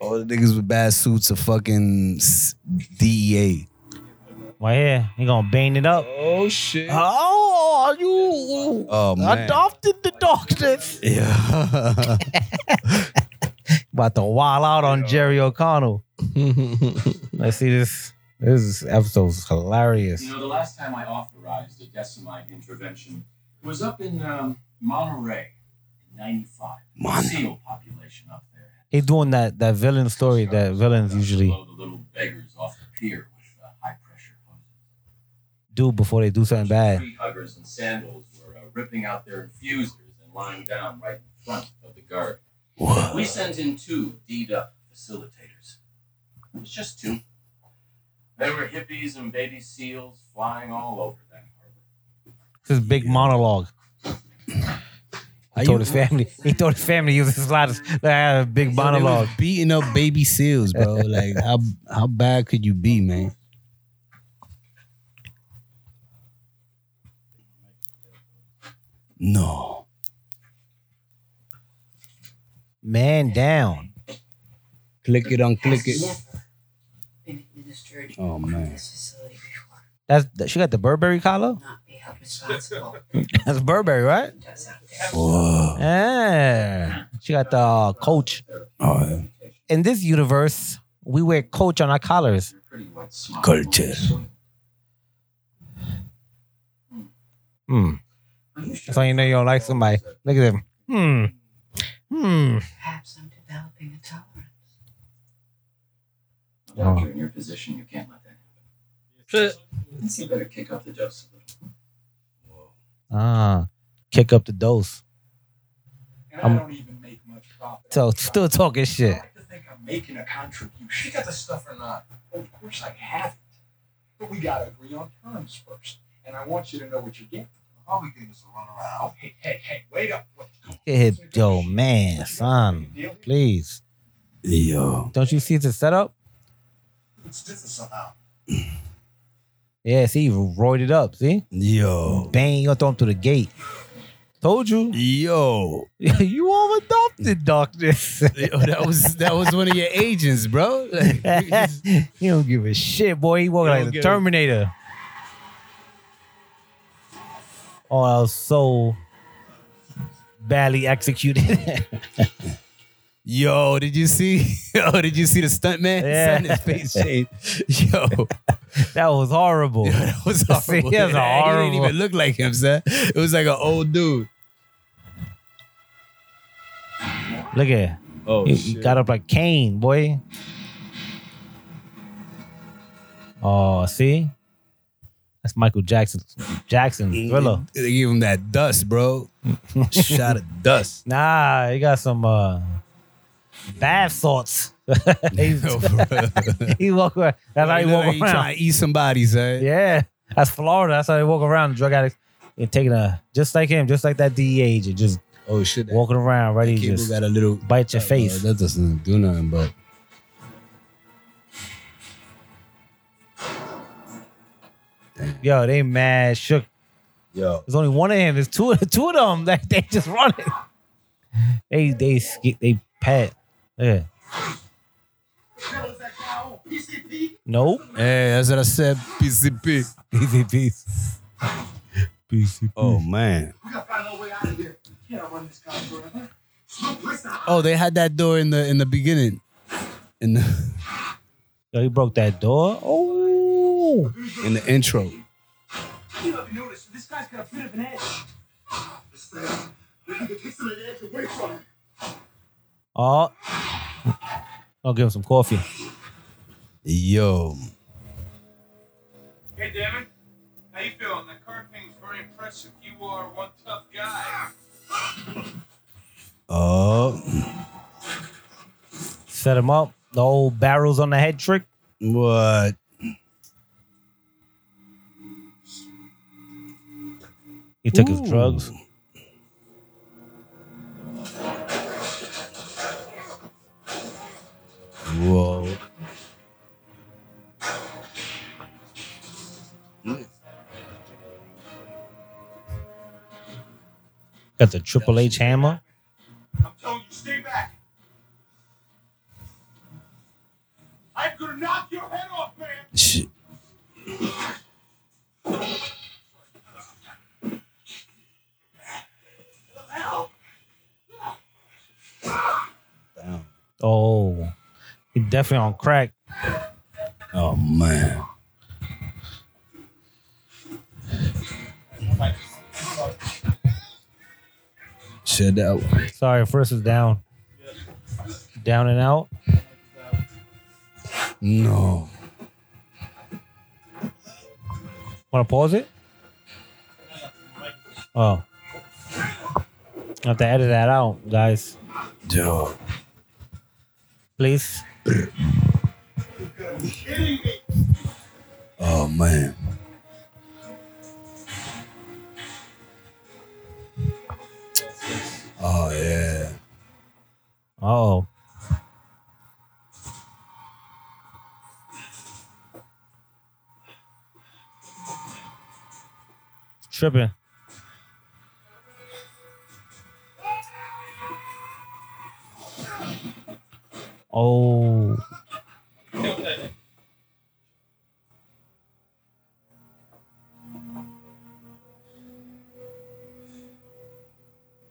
All the niggas with bad suits are fucking s- E DEA. Right here. He gonna bane it up. Oh shit. Oh, you Oh man. adopted the darkness. Yeah. About to wild out on Jerry O'Connell. Let's see this. This episode is hilarious. You know, the last time I authorized a decimite intervention was up in um, Monterey in 95. Mon- Seal population up there. He's doing that that villain story that villains usually Blow the little beggars off the pier with uh, high pressure hoses. do before they do something bad. Tree huggers and sandals were uh, ripping out their infusers and lying down right in front of the guard. We sent in two deed up facilitators. It was just two. They were hippies and baby seals flying all over that harbor. This big monologue. He told his family. He told his family he was his loudest. Like, I had a big Yo, they was monologue. beating up baby seals, bro. Like how how bad could you be, man? No. Man down. Click it, unclick it. Never been in this journey Oh in man. this facility before. That's that, she got the Burberry collar. Not be held responsible That's Burberry, right? for those out there. Whoa. Yeah. She got the uh, coach. Oh, yeah. In this universe, we wear coach on our collars. Pretty wet smile. Culture. Hmm. That's how you know you don't like somebody. Look at him. Hmm. Hmm. Perhaps I'm developing a tolerance. Oh. Doctor, in your position, you can't let that happen. You better kick up the dose a little. Ah. Kick up the dose. And I'm- I don't even make much profit. So still talking shit. I like to think I'm making a contribution. You got the stuff or not? Well, of course I have it. But we gotta agree on terms first. And I want you to know what you're getting. All we gave us a runaround. Oh, hey, hey, hey, wait up. What- Get hit, yo, man, son. Deal? Please. Yo. Don't you see the setup? It's different somehow. Yeah, see, you roided it up. See? Yo. Bang, you gonna throw him through the gate. Told you. Yo. you all adopted, doctor. Oh. Yo, that was that was one of your agents, bro. Like, we just- he don't give a shit, boy. He walking He like don't the give a- Terminator. Oh, I was so badly executed. Yo, did you see? Yo, did you see the stuntman? Yeah. Son, his face shade. Yo, yo, that was horrible. that was horrible. That's He didn't horrible. even look like him, son. It was like an old dude. Look at it. Oh, He- he got up like Kane, boy. Oh, see? That's Michael Jackson. Jackson thriller. They gave him that dust, bro. Shot of dust. Nah, he got some uh bath salts. He's- Yo, bro. he walk around. That's how he look walk like he around. trying to eat somebody, son. Yeah. That's Florida. That's how they walk around. Drug addicts and taking a just like him, just like that DEA agent, just Oh shit. that walking around ready to cable just got a little Uh, bite your face. that doesn't do nothing, but Yo, they mad shook. yo. There's only one of him. There's two two of them that they just running. They they sk- they pat. Yeah. Nope. Hey, that's what I said. PCP. Easy peace. Oh man. We gotta find our way out of here. We can't run this guy forever. Smoke, listen. Oh, they had that door in the in the beginning. In the Yo, he broke that door. Oh. in the intro. You haven't noticed, this guy's got a bit of an edge. This man, we need to take some of the edge away from him. Oh. I'll give him some coffee. Yo. Hey, Damon. How you feeling? That card thing's very impressive. You are one tough guy. Oh. Set him up. The old barrels on the head trick. What? He took his drugs. Whoa. Got the Triple H hammer. I'm telling you, stay back. I'm gonna knock your head off, man. Shit. Oh. He definitely on crack. Oh man. Said that one. Sorry, first is down. Down and out. No. Want to pause it? Oh. I have to edit that out, guys. Yo. Please. Oh man. Oh yeah. Oh. Tripping. Oh.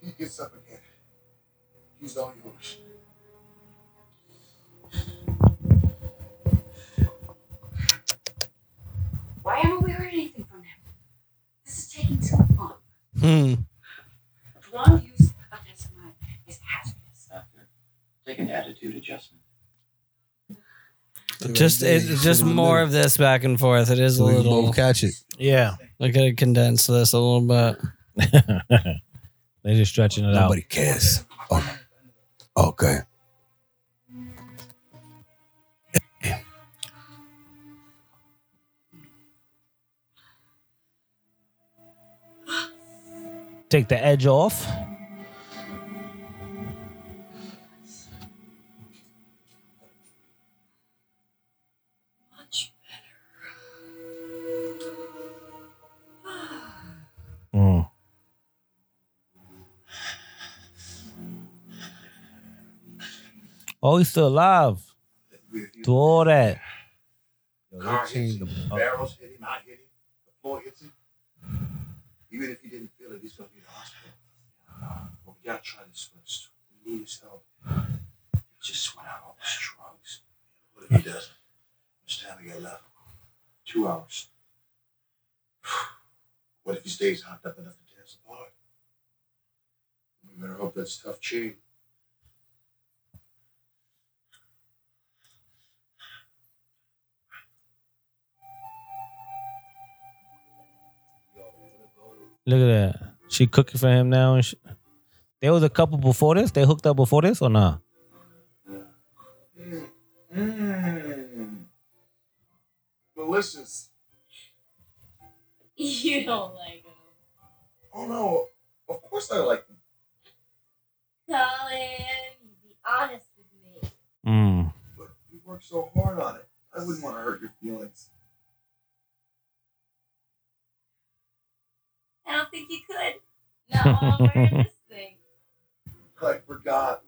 He gets up again. He's all yours. Why haven't we heard anything from him? This is taking too long. Hmm. Long use of Decimite is hazardous. After take an attitude adjustment. Just it's just more of this back and forth. It is a So we can little. both catch it. Yeah. I could have condensed this a little bit. They're just stretching it out. Nobody cares. Oh. Okay. Take the edge off. Much Mm. Oh, he's still alive. Do all that. Car hits him, barrels hit him, I hit him, the floor hits him. Even if he didn't feel it, he's gonna be in the hospital. But we gotta try this first. We need his help. He just sweat out all his drugs. What if he doesn't? Much time we got left? Two hours. What if he stays hopped up enough to tear us apart? We better hope that's tough chain. Look at that. She cooking for him now. And sh There was a couple before this. They hooked up before this or nah? Malicious. You don't like him. Oh no, of course I like him. Colin, you be honest with me. Mm. but you worked so hard on it. I wouldn't want to hurt your feelings. I don't think you could. Not while we're in this thing. I forgot.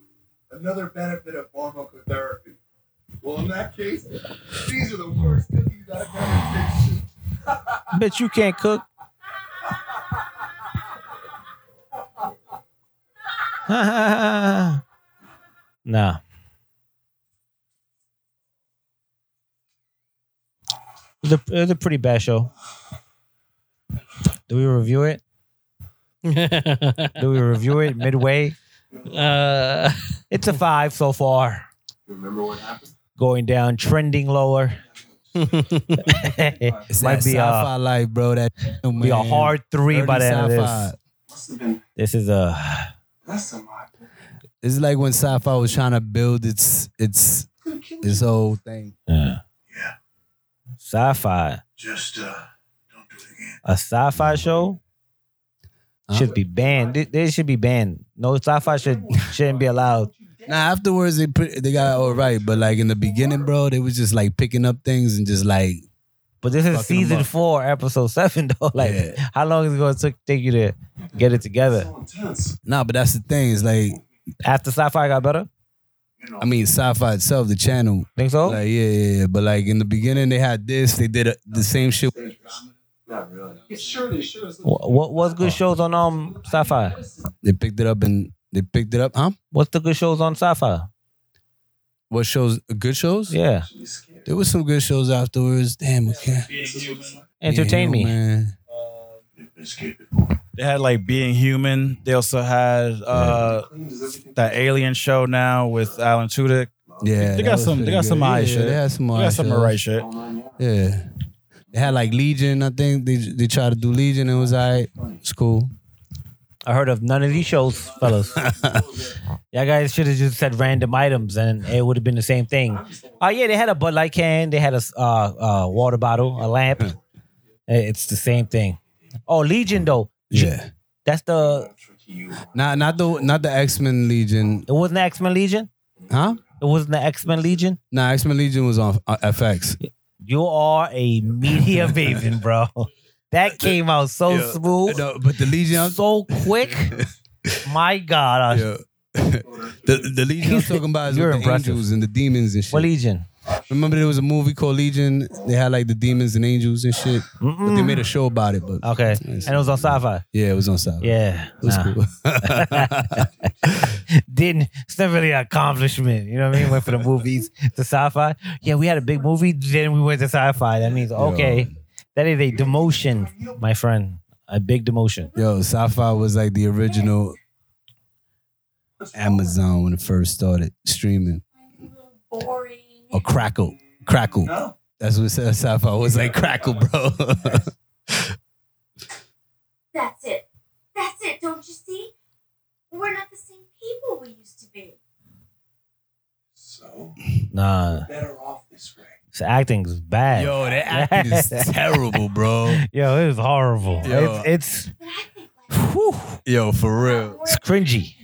Another benefit of pharmacotherapy. Well, in that case, these are the worst cookies I've ever tasted. Bitch, you can't cook. nah. It was a, it was a pretty bad show. Do we review it? Do we review it midway? uh, It's a five so far. Remember what happened? Going down, trending lower. It's Might that be uh, a- sci-fi life, bro. That be a hard three by the end of this. Must have been This is a less than my. It's like when sci-fi was trying to build its its this whole thing. uh, Yeah. sci-fi. Just uh, don't do it again. A sci-fi show Huh? should be banned. They, they should be banned. No sci-fi should shouldn't be allowed. Now afterwards they pre- they got all right, but like in the beginning, bro, they was just like picking up things and just like But this Fucking is them season up. four, episode seven, though. Like, Yeah. how long is it gonna take, take you to get it together? Oh, So intense. nah. But that's the thing. It's like After sci-fi got better, You know. I mean, sci-fi itself, the channel, think Oh. so? Like yeah, yeah, yeah, but like in the beginning they had this, they did a, Oh. the same shit. Not really. It sure is, sure is. what what what's good shows on um sci-fi? They picked it up and they picked it up, huh? What's the good shows on sci-fi? What shows? Good shows? Yeah, She's scared. There was some good shows afterwards. Damn, okay. entertain me. Man. You've been scared before. They had like Being Human. They also had uh Clean, does everything- that Alien show now with Alan Tudyk. Yeah, They that got was some- they pretty got good. some yeah, alright shit. They had some They alright got some shows. alright shit. All nine yards. Yeah, they had like Legion. I think they they tried to do Legion. It was alright. It's cool. I heard of none of these shows, fellas. Y'all guys should have just said random items, and it would have been the same thing. Oh yeah, they had a Bud Light can, they had a uh, uh, water bottle, a lamp. Eh, It's the same thing. Oh, Legion though. Yeah, That's the. not not the not the X Men Legion, It wasn't the X Men Legion. huh? It wasn't the X Men Legion. Nah, X Men Legion was on uh, FX. You are a media maven, bro. That came out so Yeah. Oh. uh, smooth, No, but the Legion. I'm- so quick. My God, uh, Yeah. the the Legion I'm talking about is You're with the impressive. angels and the demons and shit. what Legion? Remember there was a movie called Legion. They had like the demons and angels and shit. But they made a show about it. But Hmm. Okay, and it was on Sci-Fi. yeah, it was on South. Yeah, it was nah. cool. didn't it's not really an accomplishment. You know what I mean? Went for the movies to sci-fi. Yeah, we had a big movie, then we went to sci-fi. That means okay, that is a demotion, my friend. A big demotion. Yo, sci-fi was like the original Amazon when it first started streaming Boring. or Crackle. Crackle. No. That's what sci- sci-fi was like. Crackle, bro. That's it. That's it, don't you see? We're not the same people we used to be. So Nah, better off this way. this acting is bad. Yo, Yo, that acting is terrible, bro. it is horrible. Yo. It's But I think like it's whew, Yo, for real. it's cringy.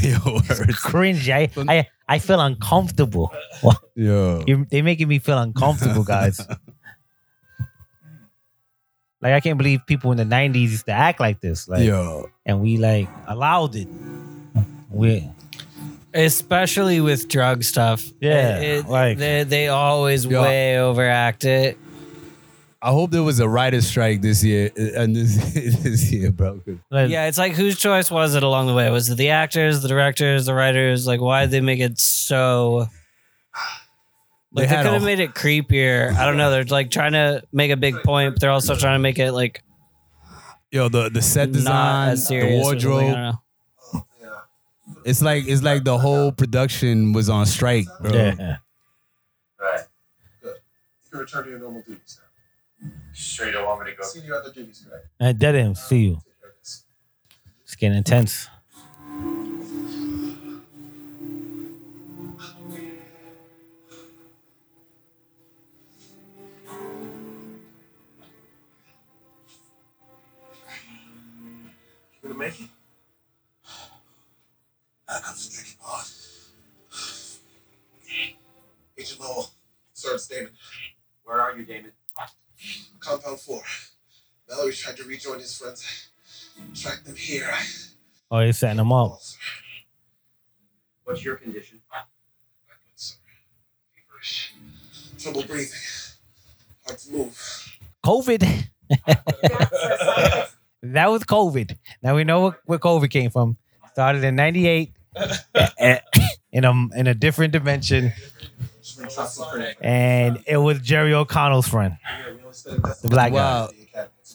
Yo, word. Cringy. I I, I feel uncomfortable. yo. You're, they making me feel uncomfortable, guys. like I can't believe people in the '90s used to act like this. Like, Yo. and we like allowed it. We especially with drug stuff. Yeah, It- it- like- they, they always Yo, I- way overact it. I hope there was a writer's strike this year uh, and this, this year, bro. 'cause- like, Yeah, it's like whose choice was it along the way? Was it the actors, the directors, the writers? Like, why did they make it so? They Like, they, had could a- have made it creepier. I don't know. They're like trying to make a big point, but they're also trying to make it like Yo, the, the set not design, as the serious. or something. I wardrobe. don't know. It's like it's like the whole production was on strike, bro. yeah. Right. You can return to your normal duties now. Straight up want me to go. Seen your other duties today. I dead him. See you. Take care of this. It's getting intense. You gonna make it? I got the tricky part. Agent Lowell, Sergeant Damon, Where are you, Damon? Compound 4. Mallory tried to rejoin his friends. Tracked them here. Oh, he's setting him up. Also, What's your condition? my good sir. Feverish. Trouble breathing. Hard to move. COVID. that's where scientists That was COVID. Now we know what, where COVID came from. Started in '98. in a in a different dimension, Just been trusting for it. and it was Jerry O'Connell's friend, Yeah, we only spent the black guy. Wow.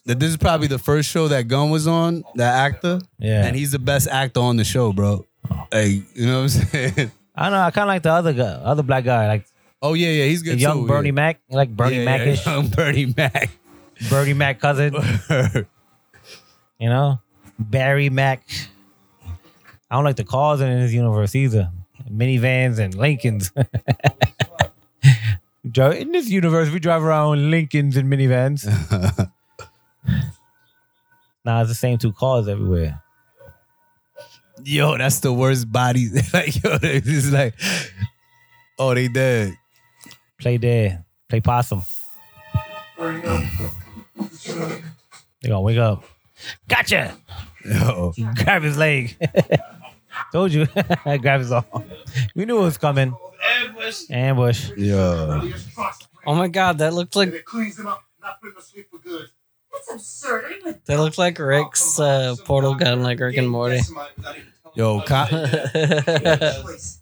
That this is probably the first show that Gunn was on, that actor. Yeah, And he's the best actor on the show, bro. Hey, you know what I'm saying? I don't know. I kind of like the other guy, other black guy, like Oh yeah, yeah, he's the good. young too, Bernie yeah. Mac, like Bernie yeah, Mac-ish, Yeah, young Bernie Mac. Bernie Mac cousin. You know, Barry Mac. I don't like the cars in his universe either. Minivans and Lincolns. Dri- in this universe, we drive around in Lincolns and minivans. nah, it's the same two cars everywhere. yo, that's the worst body. like yo, it's just like, oh, they dead. Play dead. Play possum. They're gonna wake up. Gotcha! Yo, Grab his leg. Told you. Grab his arm. We knew it was coming. Ambush. Ambush. yo, There's trust. Oh my god, that looked And like it cleans him up, not put him to sleep for good. That's absurd. I would that looked like Rick's uh, portal gun, like Rick and Morty. yo, co- yeah, choice.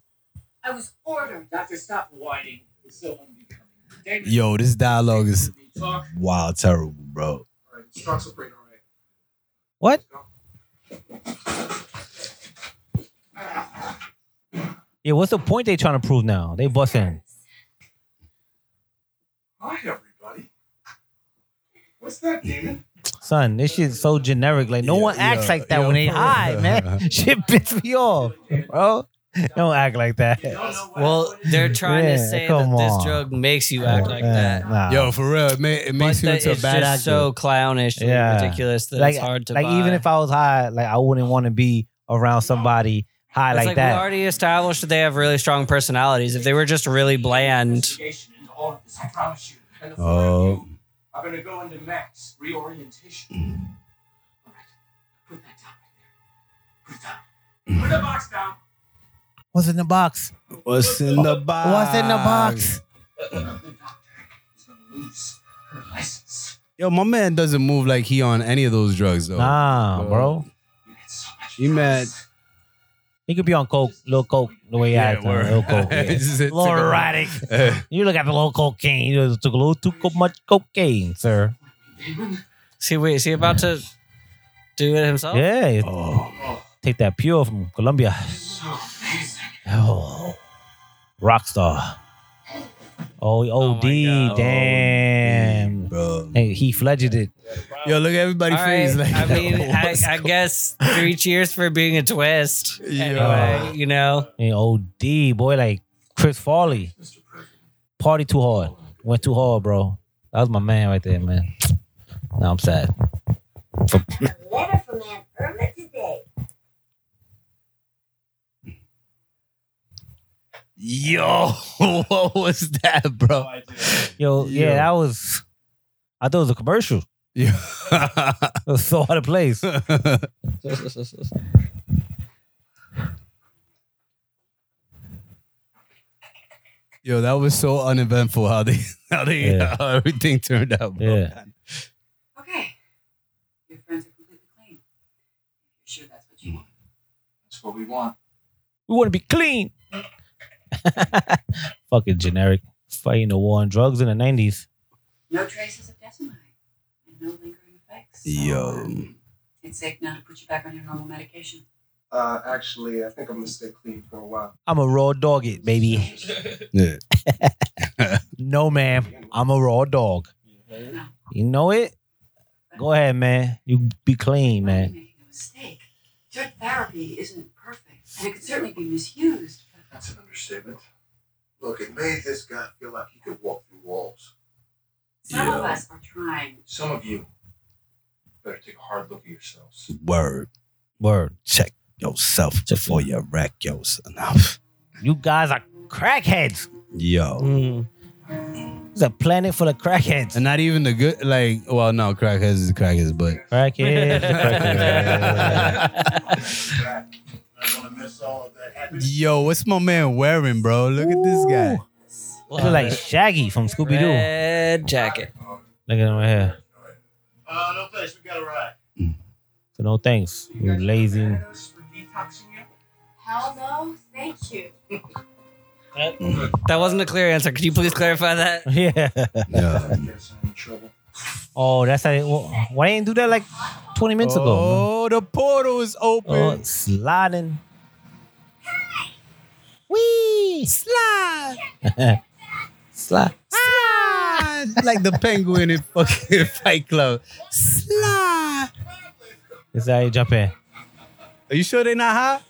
I was ordered. Doctor, stop whining. It's so unbecoming. Damon, yo, this dialogue is we talk. wild, terrible, bro. Alright, Strux will bring it, alright. What? Let's go. Yeah, what's the point they trying to prove now? They bust in. Hi, everybody. What's that, demon? Son, this shit's so generic. Like no Yeah, one acts yeah, like that yeah, when they for real. high, man. Shit pissed me off, bro. Don't act like that. Well, they're trying Yeah, to say that come this on. drug makes you act like that. Nah. Yo, for real, it, ma- it But makes you that into a it's bad just actor. so clownish and Yeah. ridiculous that like, it's hard to like even buy. if I was high, like I wouldn't want to be around somebody high It's like, like we that. already established that they have really strong personalities. If they were just really bland, Investigation into all of this, I promise you. And the four of Oh. you are going to go into max reorientation. All right, put that down right there. Put it down. Put the box down. What's in the box? What's in the box? What's in the box? The doctor is going to lose her license. Yo, my man doesn't move like he on any of those drugs though. Ah, Nah, bro. You had so much You mad? promise. He could be on coke, little coke, the way I act. word. Little coke. Yeah. Just took a- Little erotic. You look at the little cocaine. You just took a little too co- much cocaine, sir. see, wait, is he about to do it himself? Yeah. Oh, Take that pure from Colombia. Oh, rock star. Oh, he Oh my OD, God. damn. bro. Hey, he fledged it. Yo, look at everybody's All right, face. Like, I mean, I, what's I go- guess three cheers for being a twist. Yeah. Anyway, you know, Hey, OD, boy, like Chris Farley. Party too hard. Went too hard, bro. That was my man right there, man. Now I'm sad. A letter from Aunt Irma today. Yo, what was that, bro? Yo, yeah, Yo. that was. I thought it was a commercial. Yo. It was so out of place. Yo, that was so uneventful how they how they Yeah. how everything turned out, bro. Yeah. Okay. Your friends are completely clean. You're sure that's what you want? That's what we want. We want to be clean. Fucking generic. Fighting the war on drugs in the 90s. No traces of decimite and no lingering effects. So, Yo. um, It's safe now to put you back on your normal medication. Uh, actually, I think I'm gonna stay clean for a while. I'm a raw dog, it baby. Yeah. No, ma'am. I'm a raw dog. You know it? Go ahead, man. You be clean, You're man. making a mistake. Drug therapy isn't perfect, and it could certainly be misused. That's an understatement. Look, it made this guy feel like he could walk through walls. Some of Yeah. us are trying. Some of you better take a hard look at yourselves. Word. Word. Check yourself before you wreck yourself. You guys are crackheads. Yo. It's a planet full of crackheads. Mm. And not even the good like well no, crackheads is crackheads, but Crackheads. crackheads. Back. I'm gonna miss all of that. Happy Yo, what's my man wearing, bro? Look at this guy. I feel like Shaggy from Scooby Doo. red jacket. Look at him right here. Uh, no thanks. We got to ride. So no thanks. You lazy. Hell no, thank you. That wasn't a clear answer. Could you please clarify that? Yeah. Yeah. Yes, I'm in trouble. Oh, that's how. They, wh- why they didn't do that like 20 minutes ago? Oh, the portal is open. Oh, it's sliding. Oh. Wee! Slide! Slide. Slide. like the penguin in fucking Fight Club. Slide. This is how you jump in. Are you sure they're not high?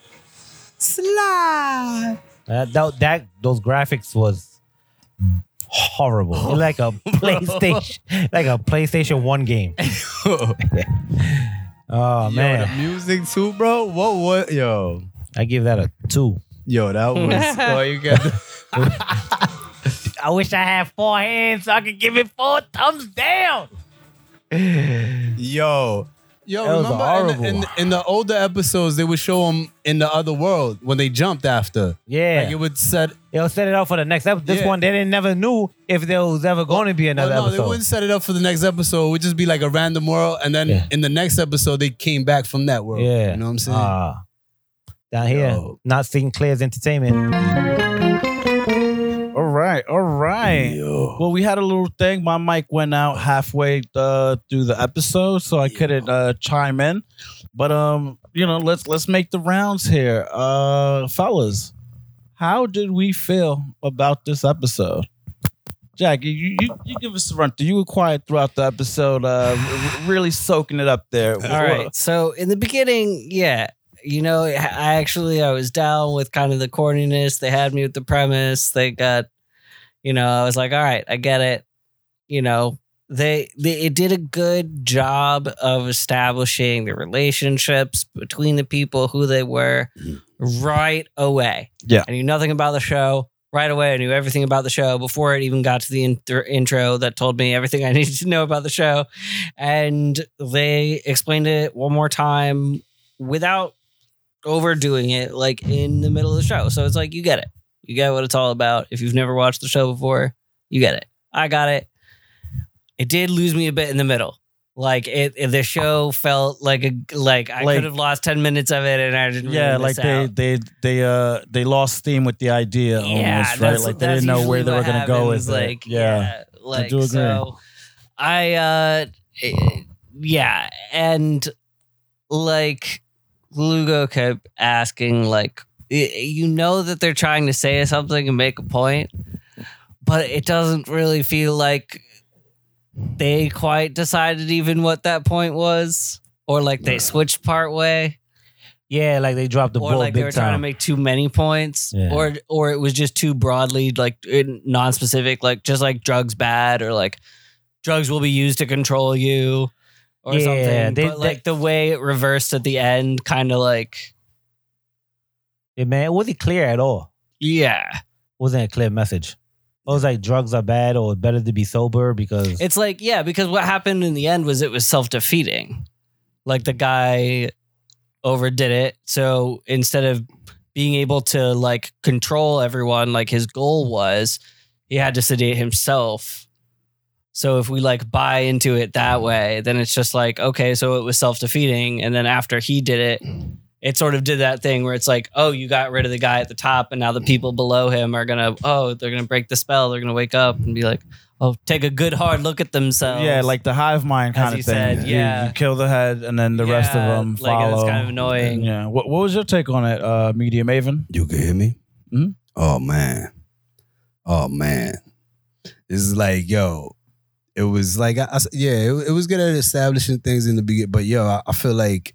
Slide. Uh, that, that those graphics was horrible. It like a PlayStation, like a PlayStation One game. Oh Yo, the man, music too, bro. What was yo? I give that a two. Yo, that was oh, you got I wish I had four hands so I could give it four thumbs down. yo. Yo, That was remember horrible. In, the, in, in the older episodes, they would show them in the other world when they jumped after. Yeah, Like it would set they'll set it up for the next episode. This Yeah. one, they didn't never knew if there was ever going to be Well, another no, they episode. wouldn't set it up for the next episode. It would just be like a random world, and then Yeah. in the next episode they came back from that world. Yeah, you know what I'm saying? Ah. down here, Yo. not seeing Claire's entertainment. All right, all right. Well, we had a little thing. My mic went out halfway uh, through the episode, so I couldn't uh, chime in. But um, you know, let's let's make the rounds here, uh, fellas. How did we feel about this episode? Jack, you, you, you give us a run through. You were quiet throughout the episode, uh, r- r- really soaking it up there. All right. So in the beginning, yeah, you know, I I actually I was down with kind of the corniness. They had me with the premise. They got, you know, I was like, all right, I get it. You know, they, they it did a good job of establishing the relationships between the people, who they were, right away. Yeah. I knew nothing about the show. Right away, I knew everything about the show before it even got to the in- intro that told me everything I needed to know about the show and they explained it one more time without overdoing it like in the middle of the show so it's like you get it you get what it's all about if you've never watched the show before you get it i got it it did lose me a bit in the middle like it, it- the show felt like a like i Like- could have lost 10 minutes of it and i didn't really Yeah, like miss they, out. they they uh they lost steam with the idea almost, right? that's- Like they that's didn't know where usually they were what gonna go happens, with it. Like, yeah, like do agree. so. I uh, eh, yeah, and like Lugo kept asking, like y- you know that they're trying to say something and make a point, but it doesn't really feel like they quite decided even what that point was, or like they switched part way Yeah, like they dropped the or ball like big they were trying to time. make too many points, Yeah. or or it was just too broadly like in- non-specific, like just like drugs bad, or like drugs will be used to control you, or Yeah, something. they- but like the way it reversed at the end, kind of like yeah, man, it wasn't clear at all. yeah, wasn't a clear message. It was like drugs are bad or better to be sober because it's like yeah, because what happened in the end was it was self-defeating. Like the guy overdid it, so instead of being able to like control everyone, like his goal was, he had to sedate himself. So if we like buy into it that way, then it's just like, okay, so it was self defeating. And then after he did it, it sort of did that thing where it's like, oh, you got rid of the guy at the top, and now the people below him are gonna, oh, they're gonna break the spell. They're gonna wake up and be like, oh, take a good hard look at themselves. Yeah, like the hive mind As kind you of thing. said, You- you, yeah. kill the head, and then the rest of Yeah, them like, it's follow. kind of annoying. Yeah. What What was your take on it, uh, Medium Maven? You can hear me? Mhm. Oh man. Oh man. This is like, yo, it was like I, I s- yeah, it, it was good at establishing things in the beginning, but yo, I, I feel like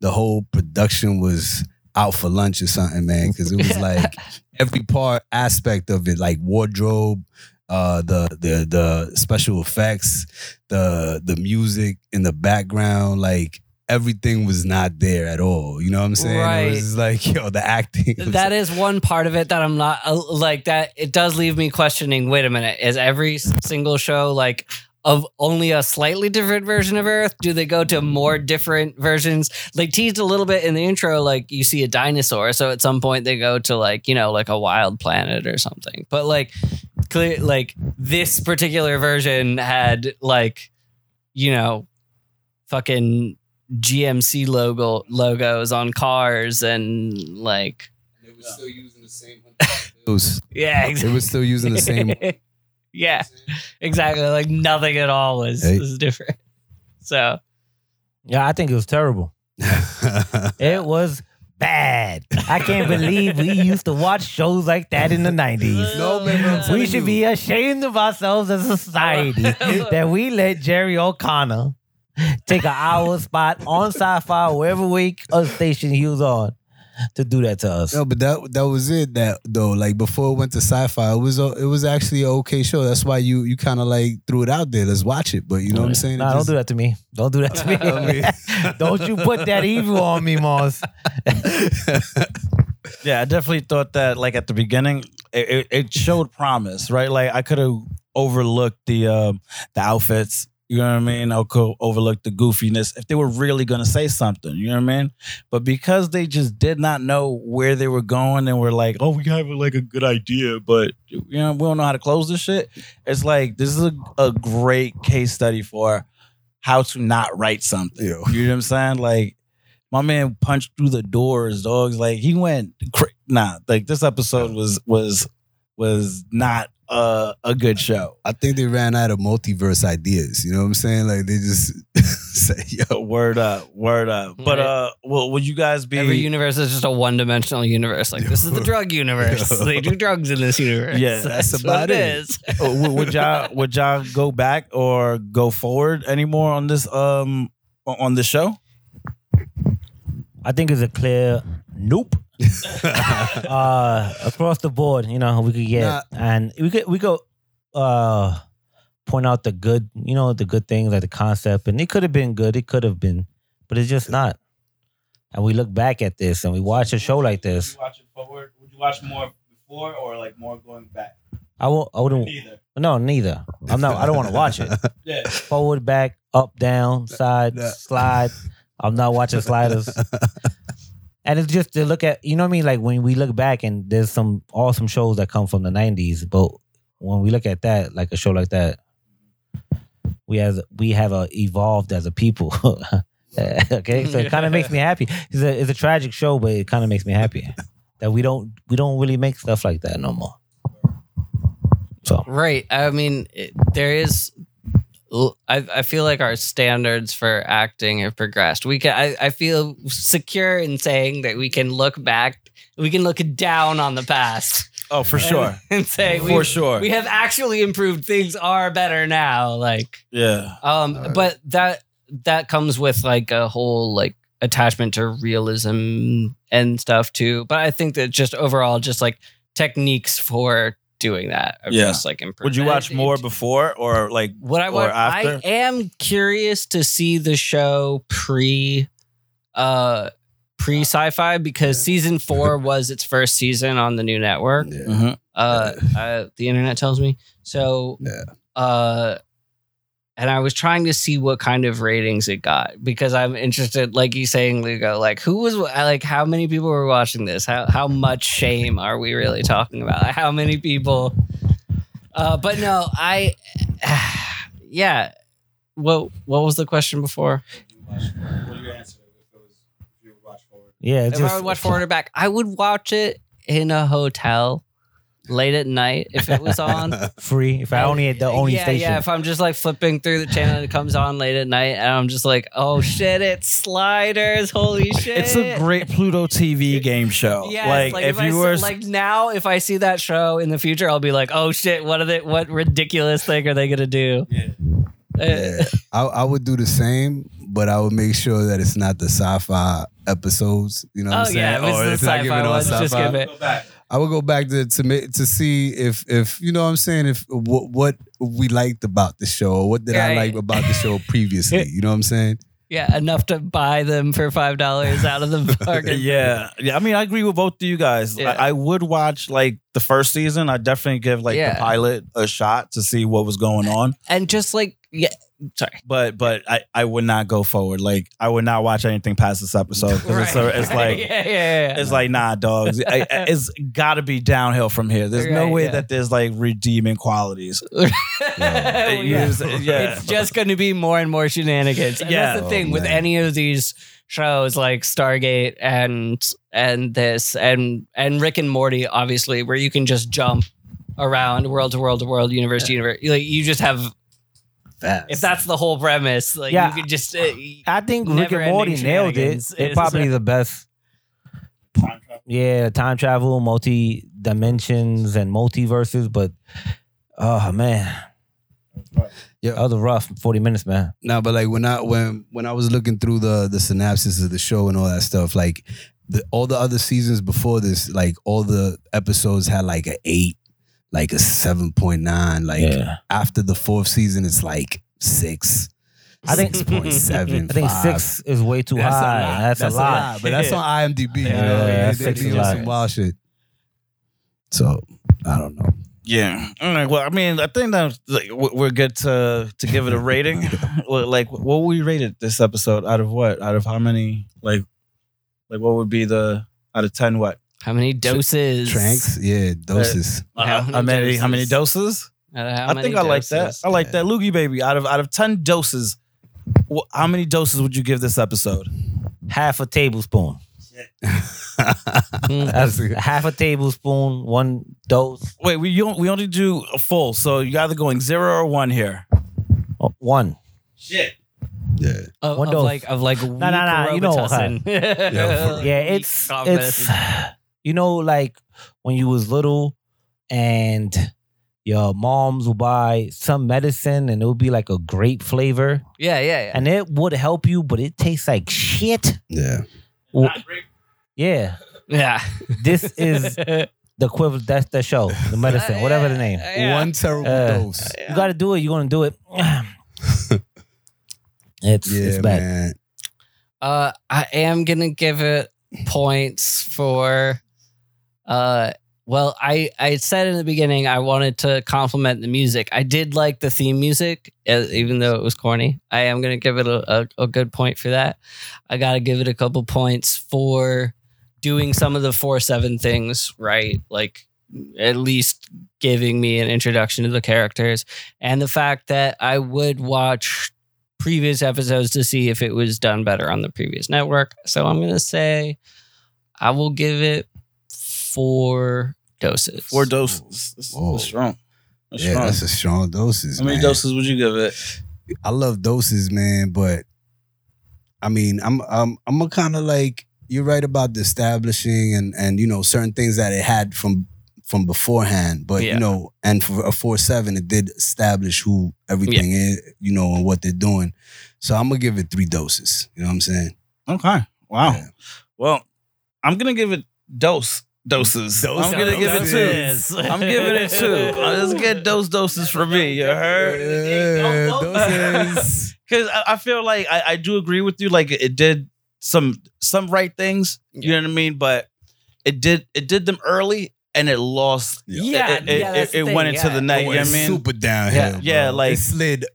the whole production was out for lunch or something, man, cuz it was like every part aspect of it, like wardrobe, uh the the the special effects, the the music in the background, like everything was not there at all. You know what I'm saying? It Right. was just like, yo, the acting. was that is one part of it that I'm not uh, like that. It does leave me questioning. Wait a minute, is every s- single show like of only a slightly different version of Earth? Do they go to more different versions? Like teased a little bit in the intro, like you see a dinosaur, so at some point they go to like you know like a wild planet or something. But like clear, like this particular version had like you know fucking GMC logo logos on cars and like They were still using the same. It was, yeah, they exactly. were still using the same. yeah, exactly. Like nothing at all was Hey. was different. So yeah, I think it was terrible. It was bad. I can't believe we used to watch shows like that in the nineties. no, man, I'm telling We should you. be ashamed of ourselves as a society that we let Jerry O'Connor take an hour spot on sci-fi, wherever week or station he was on, to do that to us. No, but that that was it. That though, like before it went to sci-fi, it was a, it was actually an okay show. That's why you you kind of like threw it out there. Let's watch it. But you know what I'm saying? Nah, don't do that to me. Don't do that to me. don't you put that evil on me, Moss. Yeah, I definitely thought that. Like at the beginning, it, it, it showed promise, right? Like I could have overlooked the um, the outfits. You know what I mean? I could overlook the goofiness if they were really gonna say something. You know what I mean? But because they just did not know where they were going, and were like, "Oh, we have like a good idea, but you know we don't know how to close this shit." It's like this is a, a great case study for how to not write something. Yo. You know what I'm saying? Like my man punched through the doors, dogs. Like he went, cra- nah. Like this episode was was was not a, a good show. I think they ran out of multiverse ideas. You know what I'm saying? Like they just say, "Yo, Word up, word up. But Right. uh, will, will you guys be? Every universe is just a one dimensional universe. Like, this is the drug universe. They do drugs in this universe. Yeah, that's about what it. is. Uh, would, would y'all would y'all go back or go forward anymore on this um on- on the show? I think it's a clear nope. uh, across the board, you know, we could get Nah. and we could we could uh point out the good, you know, the good things like the concept, and it could have been good, it could have been, but it's just not. And we look back at this and we watch a show like this. watch it forward? Would you watch more before or like more going back? I won't. I wouldn't. Either. No, neither. I'm not. I don't want to watch it. Yeah. Forward, back, up, down, side, Nah. slide. I'm not watching sliders. And it's just to look at, you know what I mean? Like when we look back and there's some awesome shows that come from the 90s, but when we look at that, like a show like that, we as we have uh, evolved as a people. okay, so it kind of makes me happy. It's a it's a tragic show, but it kind of makes me happy that we don't we don't really make stuff like that no more. So Right. I mean, it, there is. l- I, I feel like our standards for acting have progressed. We can. I, I feel secure in saying that we can look back. We can look down on the past Oh, for sure. and say for we sure. we have actually improved. Things are better now. Like, yeah. um, but that that comes with like a whole like attachment to realism and stuff too. But I think that just overall, just like techniques for doing that, are Yeah. just like improved. Would you watch more before or like? What I Or want, after? I am curious to see the show pre, uh, pre sci-fi because season four was its first season on the new network. Yeah. Mm-hmm. Uh, uh the internet tells me so. Yeah. Uh, and I was trying to see what kind of ratings it got because I'm interested, like you saying, Lugo, like who was like how many people were watching this? How how much shame are we really talking about? How many people? Uh, but no, I, yeah. What what was the question before? yeah, it's If just, I would watch forward or back, I would watch it in a hotel late at night if it was on. free. If I only had the only yeah, station, Yeah, if I'm just like flipping through the channel and it comes on late at night and I'm just like, oh shit, it's sliders, holy shit. It's a great Pluto TV game show. Eh. Yes, like, if, I you s- were like now, if I see that show in the future, I'll be like, "Oh shit! What are they? What ridiculous thing are they gonna do?" Uh, Yeah. I, I would do the same, but I would make sure that it's not the sci-fi episodes. You know what oh I'm saying? yeah, if Or it's it's the not sci-fi given on one, just sci-fi. give it. I would go back to to ma- to see if if you know what I'm saying if what what we liked about the show or what did I Right. like about the show previously. You know what I'm saying? Yeah, enough to buy them for five dollars out of the bargain. Yeah, yeah. I mean, I agree with both of you guys. Yeah. I, I would watch like the first season. I definitely give like Yeah. the pilot a shot to see what was going on. and just like yeah, sorry. But but I, I would not go forward. Like I would not watch anything past this episode because it's, a- it's like yeah, yeah, yeah. it's like nah, dogs. I, I- it's got to be downhill from here. There's no Right, way yeah. that there's like redeeming qualities. Well, yeah. It's- yeah. it's just going to be more and more shenanigans. And Yeah. that's the thing Oh, with man. any of these shows like Stargate and and this and and Rick and Morty, obviously, where you can just jump around world to world to world, universe to universe. Like you just have if that's the whole premise, like Yeah. you could just uh, I think Rick and never-ending Morty nailed it. shenanigans It is- probably the best. Yeah, time travel, multi dimensions, and multiverses. But oh man, Yeah. that was a rough forty minutes, man. No, but like when I when when I was looking through the the synopsis of the show and all that stuff, like the, all the other seasons before this, like all the episodes had like a eight, like a seven point nine. Like Yeah. after the fourth season, it's like six. I think- point seven. I think six is way too high. That's, a lot. but that's on IMDb. you know? Yeah, They- that's they six be is on a some lot. wild shit. So I don't know. Yeah. All right, well, I mean, I think that like, we- we're good to to give it a rating. Well, like, what would we rated this episode? Out of what? Out of how many? Like, like what would be the out of ten? What? how many doses? Tranks, yeah, doses. how, How many how many? How many doses? I, don't know Uh, how I many think I like that. doses. I like that. Loogie baby. Out of out of ten doses, wh- how many doses would you give this episode? Half a tablespoon. Mm. That's half a tablespoon, one dose, Wait, we don't, we only do a full, so you either going zero or one here. oh, one. Shit. yeah. Of, One of dose. like of like weak nah, nah, you know, huh? Robitussin. Yeah, Weak it's cough it's medicine. you know like when you was little and your moms will buy some medicine and it would be like a grape flavor yeah, yeah, yeah. and it would help you, but it tastes like shit. Yeah. Not great. Yeah, yeah. this is the equivalent. That's the show, the medicine, whatever the name. Yeah. One terrible Uh, dose. You got to do it. You're gonna do it. it's Yeah, it's bad. man. Uh, I am gonna give it points for. Uh, well, I I said in the beginning I wanted to compliment the music. I did like the theme music, uh, even though it was corny. I am gonna give it a, a, a good point for that. I gotta give it a couple points for doing some of the four seven things right, like at least giving me an introduction to the characters and the fact that I would watch previous episodes to see if it was done better on the previous network. So I'm going to say I will give it four doses. Four doses. That's, Whoa. that's strong. That's Yeah, strong. that's a strong doses. How many man. doses would you give it? I love doses, man, but I mean, I'm I'm I'm a kind of like you're right about the establishing and and you know certain things that it had from from beforehand, but Yeah. you know, and for a four seven, it did establish who everything is, you know, and what they're doing. So I'm gonna give it three doses. You know what I'm saying? Okay. Wow. Yeah. Well, I'm gonna give it dose doses. I'm gonna give it two. I'm giving it two. Uh, Let's get those doses for me. You heard? doses. Because I, I feel like I, I do agree with you. Like it did some some right things. You know what I mean? But it did it did them early and it lost. Yeah. Yeah, it, it, yeah, it, that's it the went thing, into yeah. the night. you know Going what I mean? super downhill. Yeah, bro. like- it slid.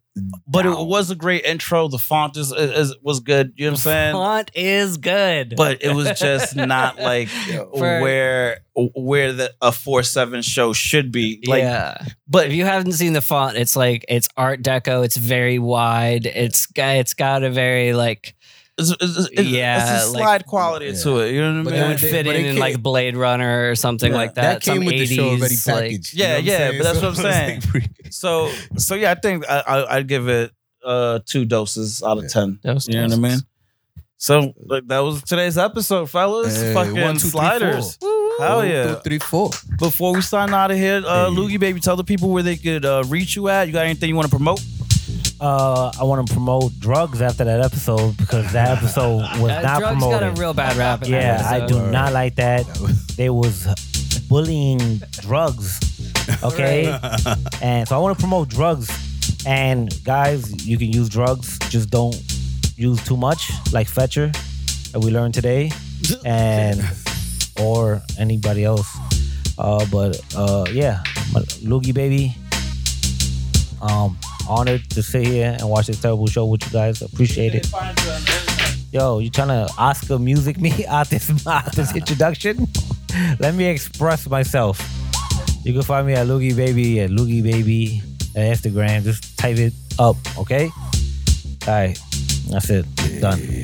but it down. was a great intro. The font is, is was good. You know what I'm saying? Font is good. but it was just not like For- where where the a four seven show should be. Like yeah. But if you haven't seen the font, it's like it's art deco, it's very wide. It's got- it's got a very like it's, it's, it's, it's Yeah, a like- slide quality to it. You know what But I it mean? would they- fit but in it in ca- like Blade Runner or something like that. That came Some with 80s, the show already like- packaged. Yeah, what I'm yeah, saying? but that's So what I'm it's like saying. pretty- So so yeah, I think I, I I'd give it uh two doses out of Yeah. ten. Those You know what I doses. mean? So like, that was today's episode, fellas. Hey, Fucking one, two, three, sliders. Hell One, yeah. two, three, four. Before we sign out of here, uh, Hey. Loogie baby, tell the people where they could uh, reach you at. You got anything you want to promote? Uh, I want to promote drugs after that episode because that episode was Uh, not drugs promoted. got a real bad rap. in that Yeah, I episode. do not like that. They was bullying drugs. Okay, and so I want to promote drugs. And guys, you can use drugs, just don't use too much, like Fetcher, that we learned today, and or anybody else. Uh, but uh, yeah, but Loogie baby. Um, honored to sit here and watch this terrible show with you guys. Appreciate it. Yo, you trying to Oscar music me out this, out this introduction? Let me express myself. You can find me at Loogie Baby at Loogie Baby at Instagram. Just type it up, okay? All right, that's it. Done.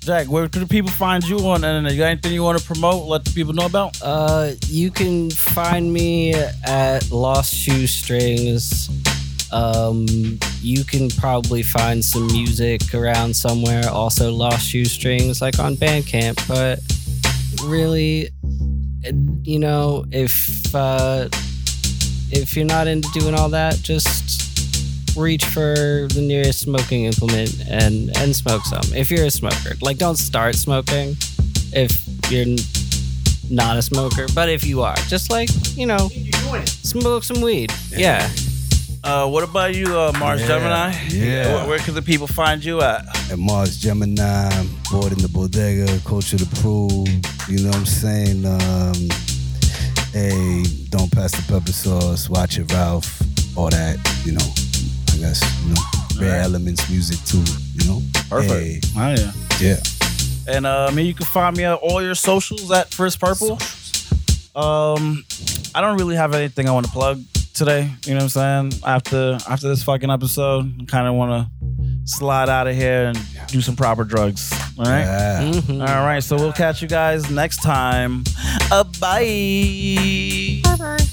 Jack, where could the people find you on the internet? You got anything you want to promote? Let the people know about? Uh, you can find me at Lost Shoestrings. Um, you can probably find some music around somewhere. Also, Lost Shoestrings, like on Bandcamp. But really, eh, you know, if uh, if you're not into doing all that, just reach for the nearest smoking implement and and smoke some. If you're a smoker, like don't start smoking if you're n- not a smoker, but if you are, just like, you know, smoke some weed. Yeah. Uh, what about you, uh, Mars Yeah, Gemini? yeah. Where, where could the people find you at? At Mars Gemini, board in the bodega, culture to prove. You know what I'm saying? Um, hey, don't pass the pepper sauce. Watch it, Ralph. All that. You know, I guess. You know, rare elements music too. You know. Hey, Oh, yeah. yeah. And uh, me, you can find me on all your socials at First Purple. Um, I don't really have anything I want to plug today. You know what I'm saying? After after this fucking episode, I kind of want to slide out of here and do some proper drugs. All right. Yeah. Mhm. All right. So we'll catch you guys next time. Uh, bye. Bye bye.